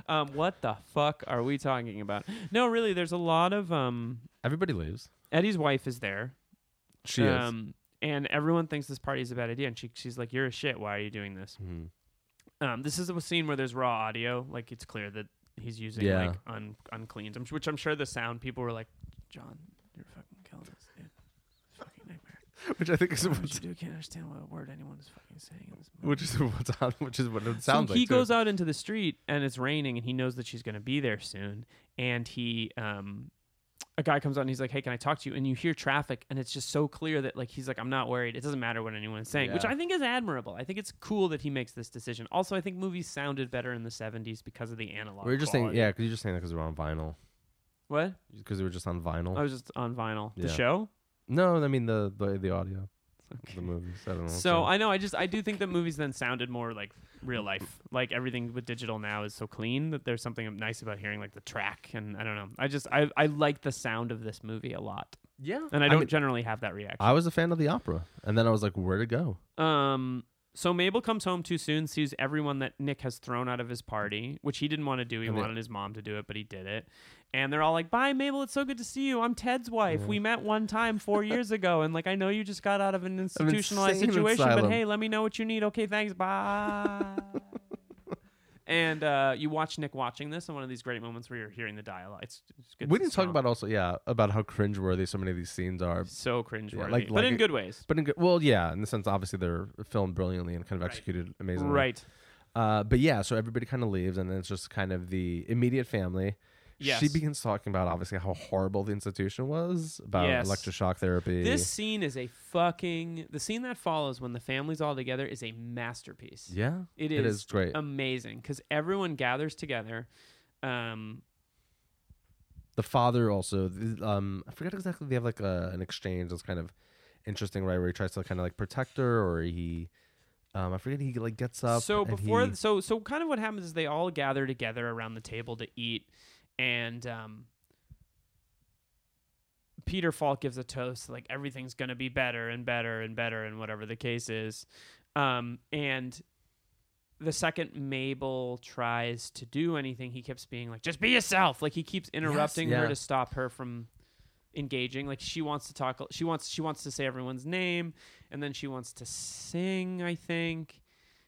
Um, what the fuck are we talking about? No, really, there's a lot of um, Everybody leaves. Eddie's wife is there. She is. um, and everyone thinks this party is a bad idea, and she, she's like, "You're a shit. Why are you doing this?" Mhm. Um, this is a scene where there's raw audio. Like it's clear that he's using Yeah. like un- uncleans, I'm- which I'm sure the sound people were like, "John, you're fucking killing us, dude. It's a fucking nightmare. Which I think is What what's, you do can't understand what a word anyone is fucking saying *laughs* in this movie." which is what's on, which is what it sounds so like. he too. goes out into the street and it's raining and he knows that she's going to be there soon and he um a guy comes out and he's like hey can i talk to you and you hear traffic and it's just so clear that like he's like i'm not worried it doesn't matter what anyone's saying which Yeah. i think is admirable i think it's cool that he makes this decision also i think movies sounded better in the 70s because of the analog We were just saying, quality. yeah, because you're just saying that because we're on vinyl. what Because we were just on vinyl. i was just on vinyl the Yeah. show no, I mean the the, the audio, of Okay. the movies. I don't know. so I know I just I do think that movies then sounded more like real life. Like everything with digital now is so clean that there's something nice about hearing like the track and I don't know. I just I I like the sound of this movie a lot. yeah, And I don't mean, generally have that reaction. I was a fan of the opera, and then I was like, where to go? Um, so Mabel comes home too soon, sees everyone that Nick has thrown out of his party, which he didn't want to do. He And they- wanted his mom to do it, but he did it. And they're all like, "Bye, Mabel. It's so good to see you. I'm Ted's wife. We met one time *laughs* four years ago, and like I know you just got out of an institutionalized insane situation, but asylum." hey, let me know what you need. Okay, thanks. *laughs* Bye." and uh, you watch Nick watching this in one of these great moments where you're hearing the dialogue. It's, it's good. we to didn't talk smell. about also, yeah, about how cringeworthy so many of these scenes are. so cringeworthy, like- but like in it- good ways. But in, good- well, yeah, in the sense, obviously they're filmed brilliantly and kind of executed amazingly. Right. Uh, but yeah, so everybody kind of leaves, and then it's just kind of the immediate family, Yes. She begins talking about obviously how horrible the institution was, about Yes. electroshock therapy. This scene is a fucking the scene that follows when the family's all together is a masterpiece. yeah, It it is um is great. amazing because everyone gathers together. Um, the father also th- um i forget exactly they have like a, an exchange that's kind of interesting right where he tries to kind of like protect her or he um i forget he like gets up so and before, he- so so kind of what happens is they all gather together around the table to eat, and um, Peter Falk gives a toast like everything's gonna be better and better and better and whatever the case is, um, and the second Mabel tries to do anything, he keeps being like, "Just be yourself." Like he keeps interrupting her yeah. to stop her from engaging. Like she wants to talk. She wants she wants to say everyone's name, and then she wants to sing. I think,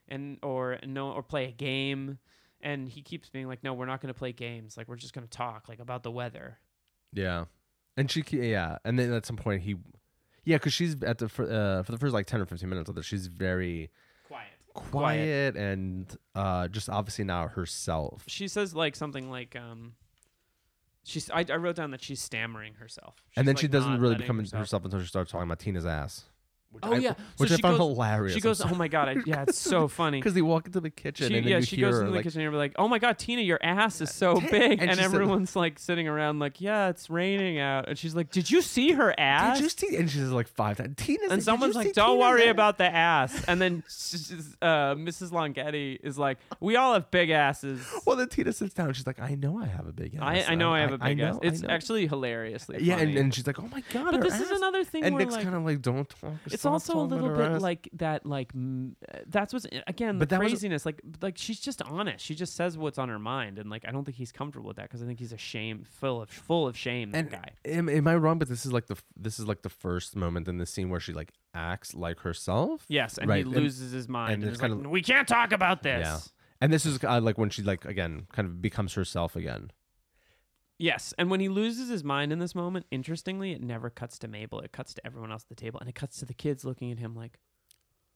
and or no or play a game. And he keeps being like, "No, we're not going to play games. Like we're just going to talk like about the weather." yeah and she ke- yeah and then at some point he yeah because she's at the fir- uh, for the first like 10 or 15 minutes of this she's very Quiet. quiet, and uh just obviously not herself She says like something like um. She's. I, I wrote down that she's stammering herself, She's, and then like, she not doesn't really letting become herself. until she starts talking about tina's ass which Oh, I- yeah. So which i she found goes- hilarious She goes, "Oh my god, I, yeah, it's *laughs* so funny." because they walk into the kitchen She, and then yeah, you she hear goes into the like Uh, kitchen and be like, "Oh my god, Tina, your ass is so big," and, and she said- everyone's like sitting around like, "Yeah, it's raining out," and she's like, "Did you see her ass?" Did you see? And she says like five times. Tina's and someone's like, "Don't worry about the ass," and then *laughs* she's- uh, Mrs. Longetti is like, "We all have big asses." Well, then Tina sits down. She's like, "I know I have a big ass. I, I know I have a big ass. know, I It's know." actually hilariously yeah." And, funny. and she's like, "Oh my god!" but her this is ass." another thing And where Nick's like kind of like, "Don't talk." it's stop also a talking about little her bit ass." like that like m- uh, that's what's again the But that was- craziness like like she's just honest she just says what's on her mind and like i don't think he's comfortable with that because i think he's ashamed full of full of shame that And guy am, am I wrong? But this is like the f- this is like the first moment in the scene where she like acts like herself. yes and right, he and- loses his mind and, and it's is kind like, of- we can't talk about this Yeah. And this is uh, like when she like again kind of becomes herself again. yes and when he loses his mind in this moment interestingly it never cuts to mabel it cuts to everyone else at the table and it cuts to the kids looking at him like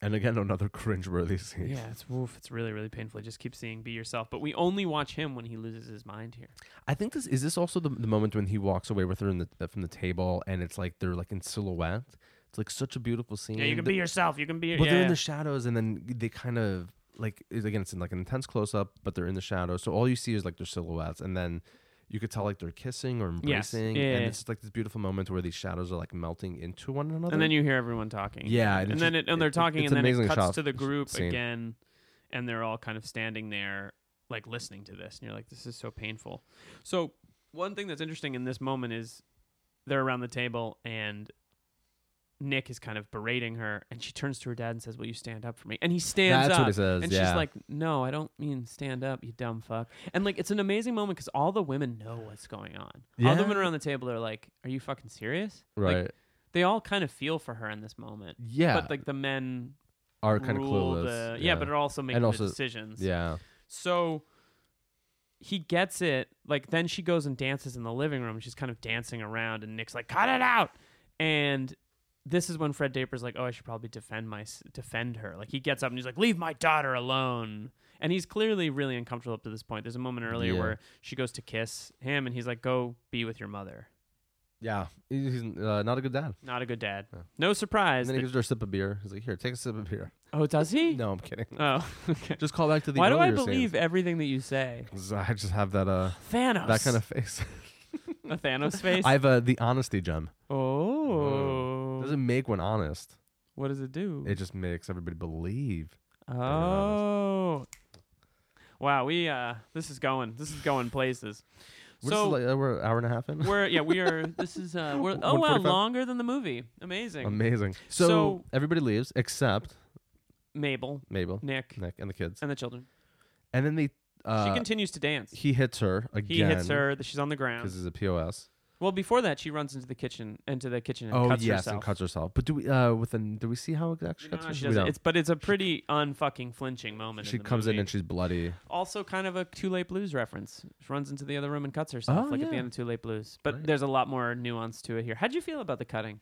And again, *laughs* another cringeworthy scene. yeah it's woof it's really really painful I just keep seeing be yourself but we only watch him when he loses his mind here I think this is this also the, the moment when he walks away with her in the, uh, from the table, and it's like they're like in silhouette. It's like such a beautiful scene. yeah you can The- be yourself you can be but yeah, they're in yeah. the shadows, and then they kind of like is- again, it's in like an intense close up, but they're in the shadows, so all you see is like their silhouettes, and then you could tell like they're kissing or Yes. embracing, Yeah, yeah, and yeah. it's just like this beautiful moment where these shadows are like melting into one another. and then you hear everyone talking. Yeah, and, and it's then it, just- and they're it- talking, it's and then it amazing cuts shot- to the sh- group scene. again, and they're all kind of standing there, like listening to this, and you're like, "This is so painful." So one thing that's interesting in this moment is they're around the table, and Nick is kind of berating her, and she turns to her dad and says, "Will you stand up for me?" And he stands That's up. what he says, And she's yeah. like, "No, I don't mean stand up, you dumb fuck." And like, it's an amazing moment because all the women know what's going on. All Yeah. the women around the table are like, "Are you fucking serious?" Like, right? they all kind of feel for her in this moment. yeah, But like the men are kind of rule the clueless. yeah, but are also making And also- the decisions. yeah, So he gets it. Like then she goes and dances in the living room. She's kind of dancing around, and Nick's like, "Cut it out!" And this is when Fred Daper's like, "Oh, I should probably defend my defend her." Like he gets up and he's like, "Leave my daughter alone." And he's clearly really uncomfortable up to this point. There's a moment earlier Yeah. where she goes to kiss him, and he's like, "Go be with your mother." yeah. He's he's, uh, not a good dad. Not a good dad. Yeah. No surprise. And then he that- gives her a sip of beer. He's like, "Here, take a sip *laughs* of beer." oh, does he? No, I'm kidding. Oh, *laughs* okay. Just call back to the. Why do I earlier scenes. believe everything that you say? *laughs* 'Cause I just have *sighs* that uh Thanos. that kind of face. *laughs* *laughs* a Thanos face. I have uh, the honesty gem. oh. Doesn't make one honest. what does it do? It just makes everybody believe. oh. Wow, we uh this is going. This is going places. We're so so like, uh, we're an hour and a half *laughs* in. *laughs* we're yeah, we are this is *laughs* uh we're oh wow, 145? longer than the movie. Amazing. Amazing. So, So- everybody leaves except Mabel, Mabel, Nick, Nick, and the kids. and the children. And then they uh, she continues to dance. he hits her again. He hits her, she's on the because ground. he's a POS. Well, before that she runs into the kitchen into the kitchen and oh cuts yes, herself. and cuts herself. But do we uh with an do we see how it No, actually cuts she herself? We doesn't. don't. It's but it's a pretty unfucking flinching moment. she in the comes in movie. and she's bloody. also kind of a Too Late Blues reference. She runs into the other room and cuts herself, Oh, like at the yeah. end of Too Late Blues. But Right. there's a lot more nuance to it here. How'd you feel about the cutting?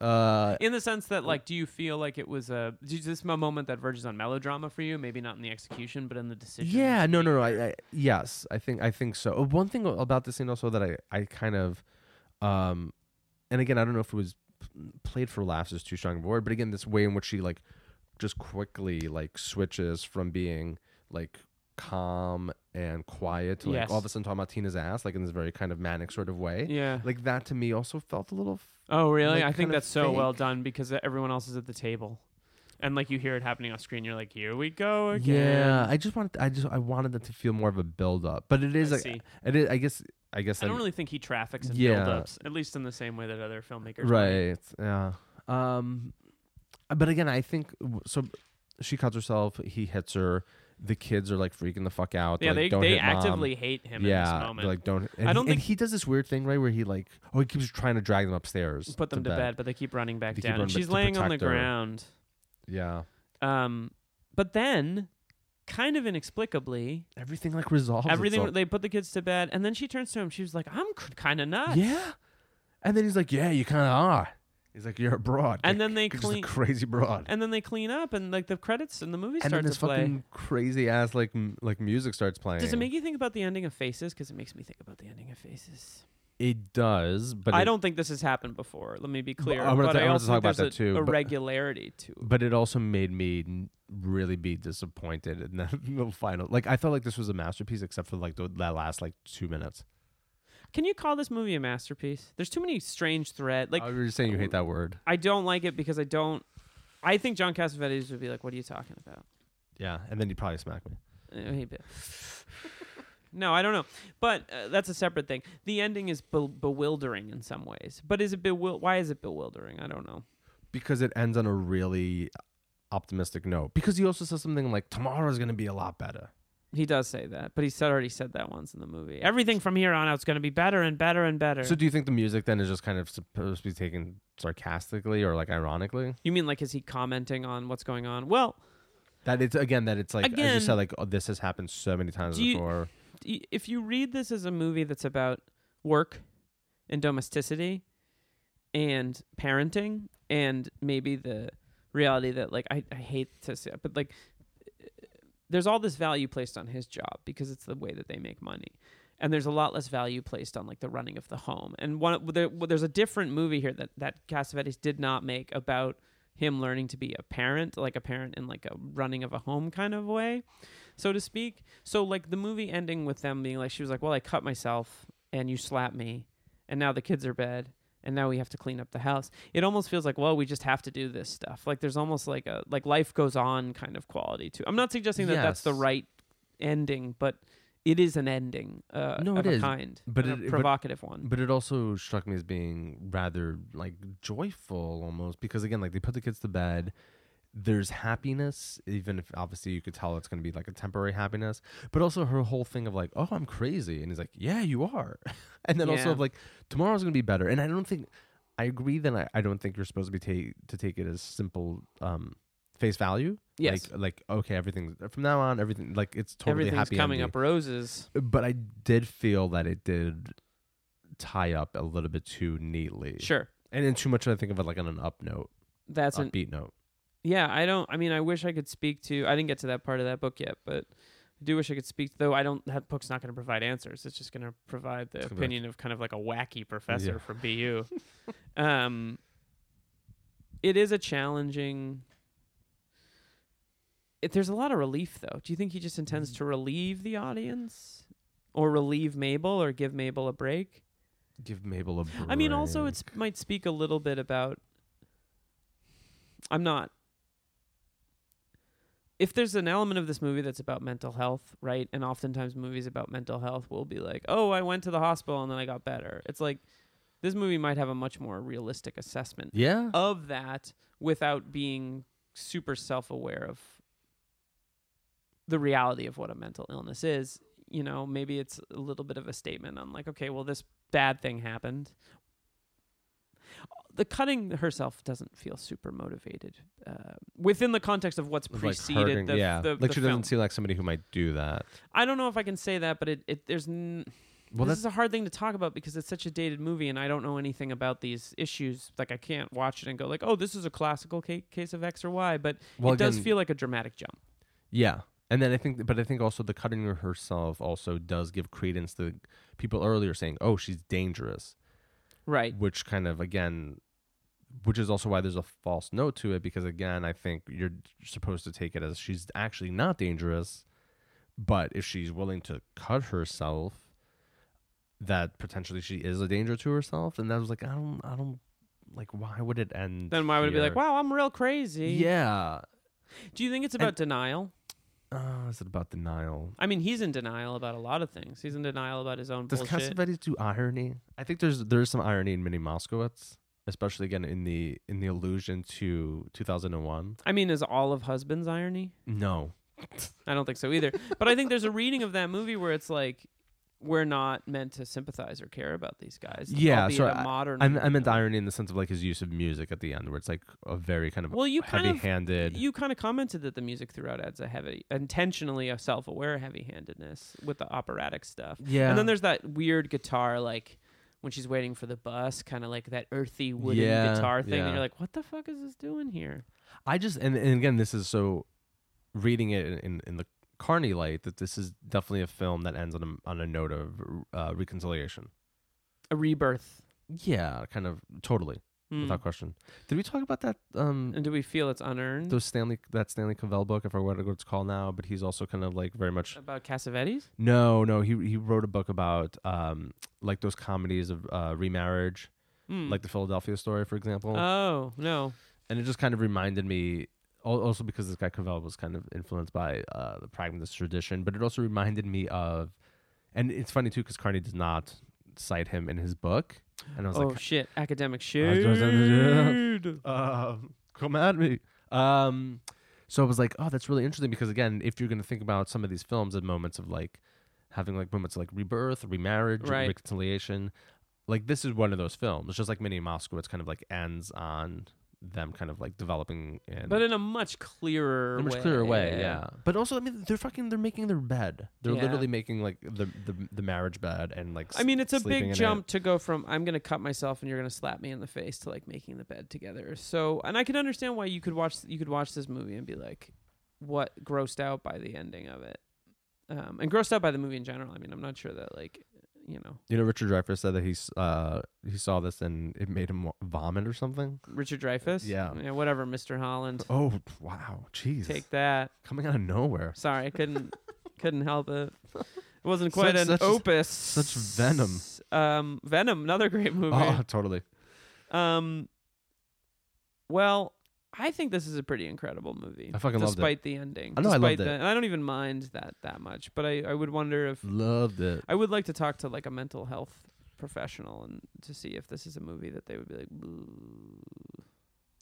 Uh, in the sense that like do you feel like it was a is this a moment that verges on melodrama for you maybe not in the execution but in the decision yeah, no, no, no. I, I yes, I think I think so. Uh, One thing about this scene also that I I kind of, um, and again I don't know if it was p- played for laughs is too strong of a word, but again this way in which she like just quickly like switches from being like calm and quiet to like all of a Yes. sudden talking about Tina's ass like in this very kind of manic sort of way. yeah Like that to me also felt a little f- oh really like, i think kinda that's so well fake. done because everyone else is at the table and like you hear it happening on screen you're like here we go again Yeah, I just wanted I just I wanted it to feel more of a build up, but it is I like see. it is I guess I guess I don't I'm- really think he traffics in Yeah. build-ups, at least in the same way that other filmmakers. might. right yeah um but again i think w- so she cuts herself he hits her the kids are like freaking the fuck out Yeah, They're like, they, don't they hit mom." actively hate him yeah in this they're moment. like don't and I he- don't think- and he does this weird thing right where he like oh he keeps trying to drag them upstairs Put them to, bed. but they keep running back They keep down. and running back she's to laying on the protect her. ground. yeah Um, but then, kind of inexplicably, everything like resolves everything itself. they put the kids to bed, and then she turns to him. She was like, "I'm kind of nuts." yeah and then he's like yeah you kind of are he's like you're abroad And then they you're just a clean, crazy broad and then they clean up, and like the credits and the movie and starts then this to play. fucking crazy ass like m- like music starts playing Does it make you think about the ending of Faces? Because it makes me think about the ending of Faces. it does but I it- don't think this has happened before. Let me be clear. I'm gonna but ta- I I'm gonna also talk think about there's that a- too, A but- regularity to it. but it also made me n- really be disappointed in the, *laughs* the final. Like I felt like this was a masterpiece, except for like the, that last like two minutes. Can you call this movie a masterpiece? There's too many strange thread. Like Like you were Oh, saying, you hate that word. I don't like it because I don't. I think John Cassavetes would be like, "What are you talking about?" Yeah, and then you probably smack me. Uh, he'd be- *laughs* no, I don't know. But uh, that's a separate thing. The ending is be- bewildering in some ways. But is it bewil- Why is it bewildering? I don't know. because it ends on a really optimistic note. Because he also says something like tomorrow's going to be a lot better. He does say that, but he said already said that once in the movie. Everything from here on out's going to be better and better and better. So do you think the music then is just kind of supposed to be taken sarcastically or like ironically? you mean like is he commenting on what's going on? Well, That it's again that it's like as Again- you said like oh, this has happened so many times Do you- before. y- if you read this as a movie that's about work and domesticity and parenting and maybe the reality that like I, I hate to say it, but like there's all this value placed on his job because it's the way that they make money and there's a lot less value placed on like the running of the home and one there, well, there's a different movie here that that Cassavetes did not make about him learning to be a parent like a parent in like a running of a home kind of way so to speak so like the movie ending with them being like she was like well I cut myself and you slapped me and now the kids are bed and now we have to clean up the house it almost feels like well we just have to do this stuff like there's almost like a like life goes on kind of quality to i'm not suggesting that that's the Yes. right ending but it is an ending uh No, of it a is, kind but and it- a but- provocative one But it also struck me as being rather like joyful almost because again, like they put the kids to bed. There's happiness, even if obviously you could tell it's going to be like a temporary happiness. But also her whole thing of like, oh, I'm crazy, and he's like, yeah, you are. *laughs* And then also Yeah. of like, tomorrow's going to be better. And I don't think I agree that I, I don't think you're supposed to be take to take it as simple um face value. Yes. Like like okay, everything from now on, everything like it's totally everything's happy coming ending up roses but I did feel that it did tie up a little bit too neatly. sure And then too much I think of it like on an up note, that's an upbeat note. yeah i don't i mean i wish i could speak to i didn't get to that part of that book yet but i do wish i could speak though i don't that book's not going to provide answers it's just going to provide the Correct. opinion of kind of like a wacky professor Yeah. from bu um it is a challenging it, there's a lot of relief though do you think he just intends to relieve the audience or relieve mabel or give mabel a break Give Mabel a break. I mean, also it might speak a little bit about. I'm not. If there's an element of this movie that's about mental health, right, and oftentimes movies about mental health will be like, "Oh, I went to the hospital and then I got better." It's like this movie might have a much more realistic assessment Yeah. of that without being super self-aware of the reality of what a mental illness is you know maybe it's a little bit of a statement on like okay well this bad thing happened the cutting herself doesn't feel super motivated uh, within the context of what's Like preceded hurting- the, yeah. the, like the she film. doesn't seem like somebody who might do that. I don't know if I can say that, but it, it there's n- Well, this that's is a hard thing to talk about because it's such a dated movie, and I don't know anything about these issues. Like, I can't watch it and go like, "Oh, this is a classical ca- case of X or Y," but Well, it does again- feel like a dramatic jump. yeah. And then I think, but I think also the cutting herself also does give credence to people earlier saying, "Oh, she's dangerous," Right. which kind of again, which is also why there's a false note to it because again, I think you're supposed to take it as she's actually not dangerous, but if she's willing to cut herself, that potentially she is a danger to herself, and that was like, I don't, I don't, like, why would it end? Then why would it be like, here? "Wow, I'm real crazy"? Yeah. Do you think it's about denial? Uh, is it about denial? I mean, he's in denial about a lot of things. He's in denial about his own Does bullshit. Cassavetes do irony? I think there's there's some irony in Minnie Moskowitz, especially again in the in the allusion to 2001. I mean, is all of husbands irony? No, I don't think so either. but I think there's a reading of that movie where it's like we're not meant to sympathize or care about these guys. Yeah, albeit so a modern. I, I meant irony in the sense of like his use of music at the end, where it's like a very kind of Well, you kind of- heavy-handed. You kind of commented that the music throughout adds a heavy, intentionally a self-aware heavy-handedness with the operatic stuff. yeah, And then there's that weird guitar, like when she's waiting for the bus, kind of like that earthy wooden Yeah, guitar thing. yeah. And you're like, what the fuck is this doing here? I just and, and again, this is so reading it in, in, in the Carney light that this is definitely a film that ends on a, on a note of uh, reconciliation. A rebirth. Yeah, kind of totally Mm. without question. Did we talk about that? Um, And do we feel it's unearned those Stanley that Stanley Cavell book. I forgot what it's called now, but he's also kind of like very much about Cassavetes? no, no. He he wrote a book about um like those comedies of uh, remarriage, Mm. like the Philadelphia Story, for example. oh no, and it just kind of reminded me al- also because this guy Cavell was kind of influenced by uh, the pragmatist tradition, but it also reminded me of, and it's funny too because Carney does not cite him in his book, and I was oh like, shit, academic was just- shade. um, come at me. Um, so I was like, oh, that's really interesting because again, if you're going to think about some of these films and moments of like having like moments like rebirth, remarriage, Right. reconciliation, like this is one of those films. Just like Minnie and Moscow, it's kind of like ends on them kind of like developing *laughs* and But in a much clearer, in a much way. clearer way, yeah. But also, I mean, they're fucking, they're making their bed. They're Yeah. literally making like the, the the marriage bed and like. I mean, it's a sleeping in big it. jump to go from I'm gonna cut myself and you're gonna slap me in the face to like making the bed together. So, and I can understand why you could watch you could watch this movie and be like, what grossed out by the ending of it, um, and grossed out by the movie in general. I mean, I'm not sure that like, you know, You know, Richard Dreyfuss said that he's uh he saw this and it made him wa- vomit or something. Richard Dreyfuss. Yeah. yeah, whatever, Mr. Holland. Oh wow, jeez! Take that. Coming out of nowhere, Sorry, I *laughs* couldn't *laughs* couldn't help it. It wasn't quite Such- an such- opus. such venom. Um, Venom, another great movie. oh totally. Um, well, I think this is a pretty incredible movie. I fucking loved it. despite the ending. I know I despite loved the- it. and I don't even mind that that much. But I I would wonder if Loved it. I would like to talk to like a mental health professional and to see if this is a movie that they would be like "Boo."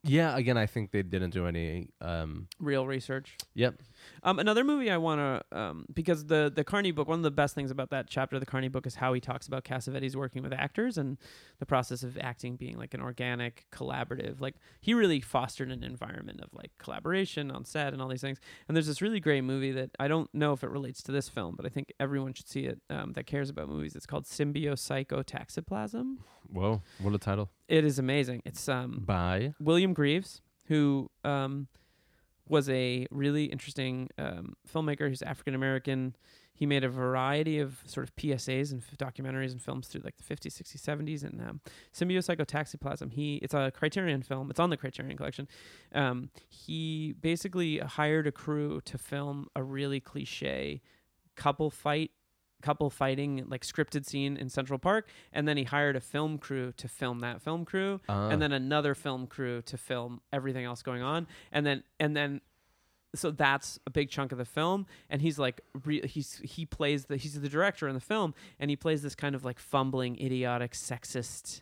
Yeah, again, I think they didn't do any. Um, real research. yep. Um, another movie I want to um, because the the Carney book. One of the best things about that chapter of the Carney book is how he talks about Cassavetes working with actors and the process of acting being like an organic, collaborative. Like he really fostered an environment of like collaboration on set and all these things. And there's this really great movie that I don't know if it relates to this film, but I think everyone should see it um, that cares about movies. It's called Symbiocycotaxiplasm. Whoa, what a title! It is amazing. It's um, By William Greaves, who um, was a really interesting um, filmmaker. He's African American. He made a variety of sort of PSAs and f- documentaries and films through like the 50s, 60s, 70s, and um, Symbiocycotaxiplasm. He it's a Criterion film. It's on the Criterion collection. Um, he basically hired a crew to film a really cliche couple fight couple fighting like scripted scene in Central Park and then he hired a film crew to film that film crew uh, and then another film crew to film everything else going on and then and then so that's a big chunk of the film and he's like re- he's he plays the he's the director in the film and he plays this kind of like fumbling idiotic sexist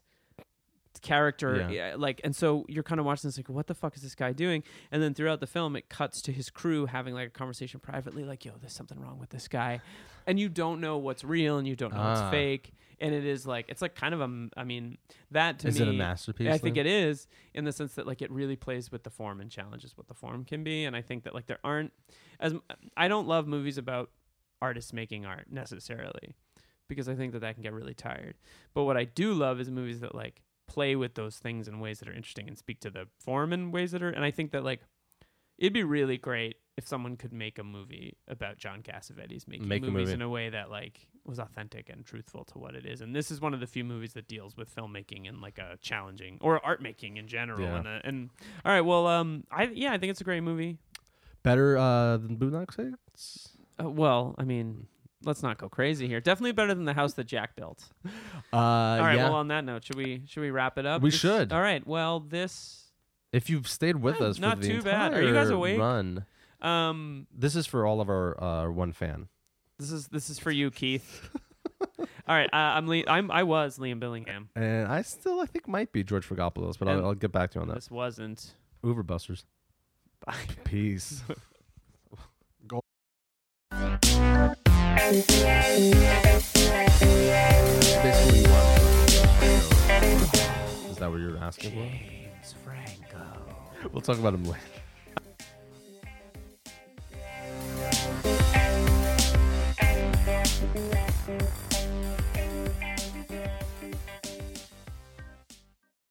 character Yeah. yeah, like and so you're kind of watching this like what the fuck is this guy doing and then throughout the film it cuts to his crew having like a conversation privately like yo there's something wrong with this guy and you don't know what's real and you don't know Ah. what's fake and it is like it's like kind of a m- i mean that to is me it a masterpiece? I think then? it is in the sense that like it really plays with the form and challenges what the form can be, and I think that like there aren't as I don't love movies about artists making art necessarily, because I think that that can get really tired. But what I do love is movies that like play with those things in ways that are interesting and speak to the form in ways that are. And I think that like it'd be really great if someone could make a movie about John Cassavetes making Make a movies movie. in a way that like was authentic and truthful to what it is. And this is one of the few movies that deals with filmmaking and like a challenging or art making in general. Yeah. And, uh and all right, well, um, I yeah, I think it's a great movie. Better uh, than Boondock Saints. Uh, well, I mean, let's not go crazy here. Definitely better than the house that Jack built. Uh, All right. yeah. Well, on that note, should we should we wrap it up? We This- should. All right. Well, this if you've stayed with Not- us, for not the too bad. Are you guys entire awake? Run. um This is for all of our uh, *laughs* one fan. this is this is for you, Keith. All right. Uh, I'm Le- I'm I was Liam Billingham. And I still, I think, might be George Fragopoulos, but I'll, And- I'll get back to you on that. This wasn't. Uberbusters. Bye. Peace. Basically, you want. Is that what you're asking James Franco. for? We'll talk about him later.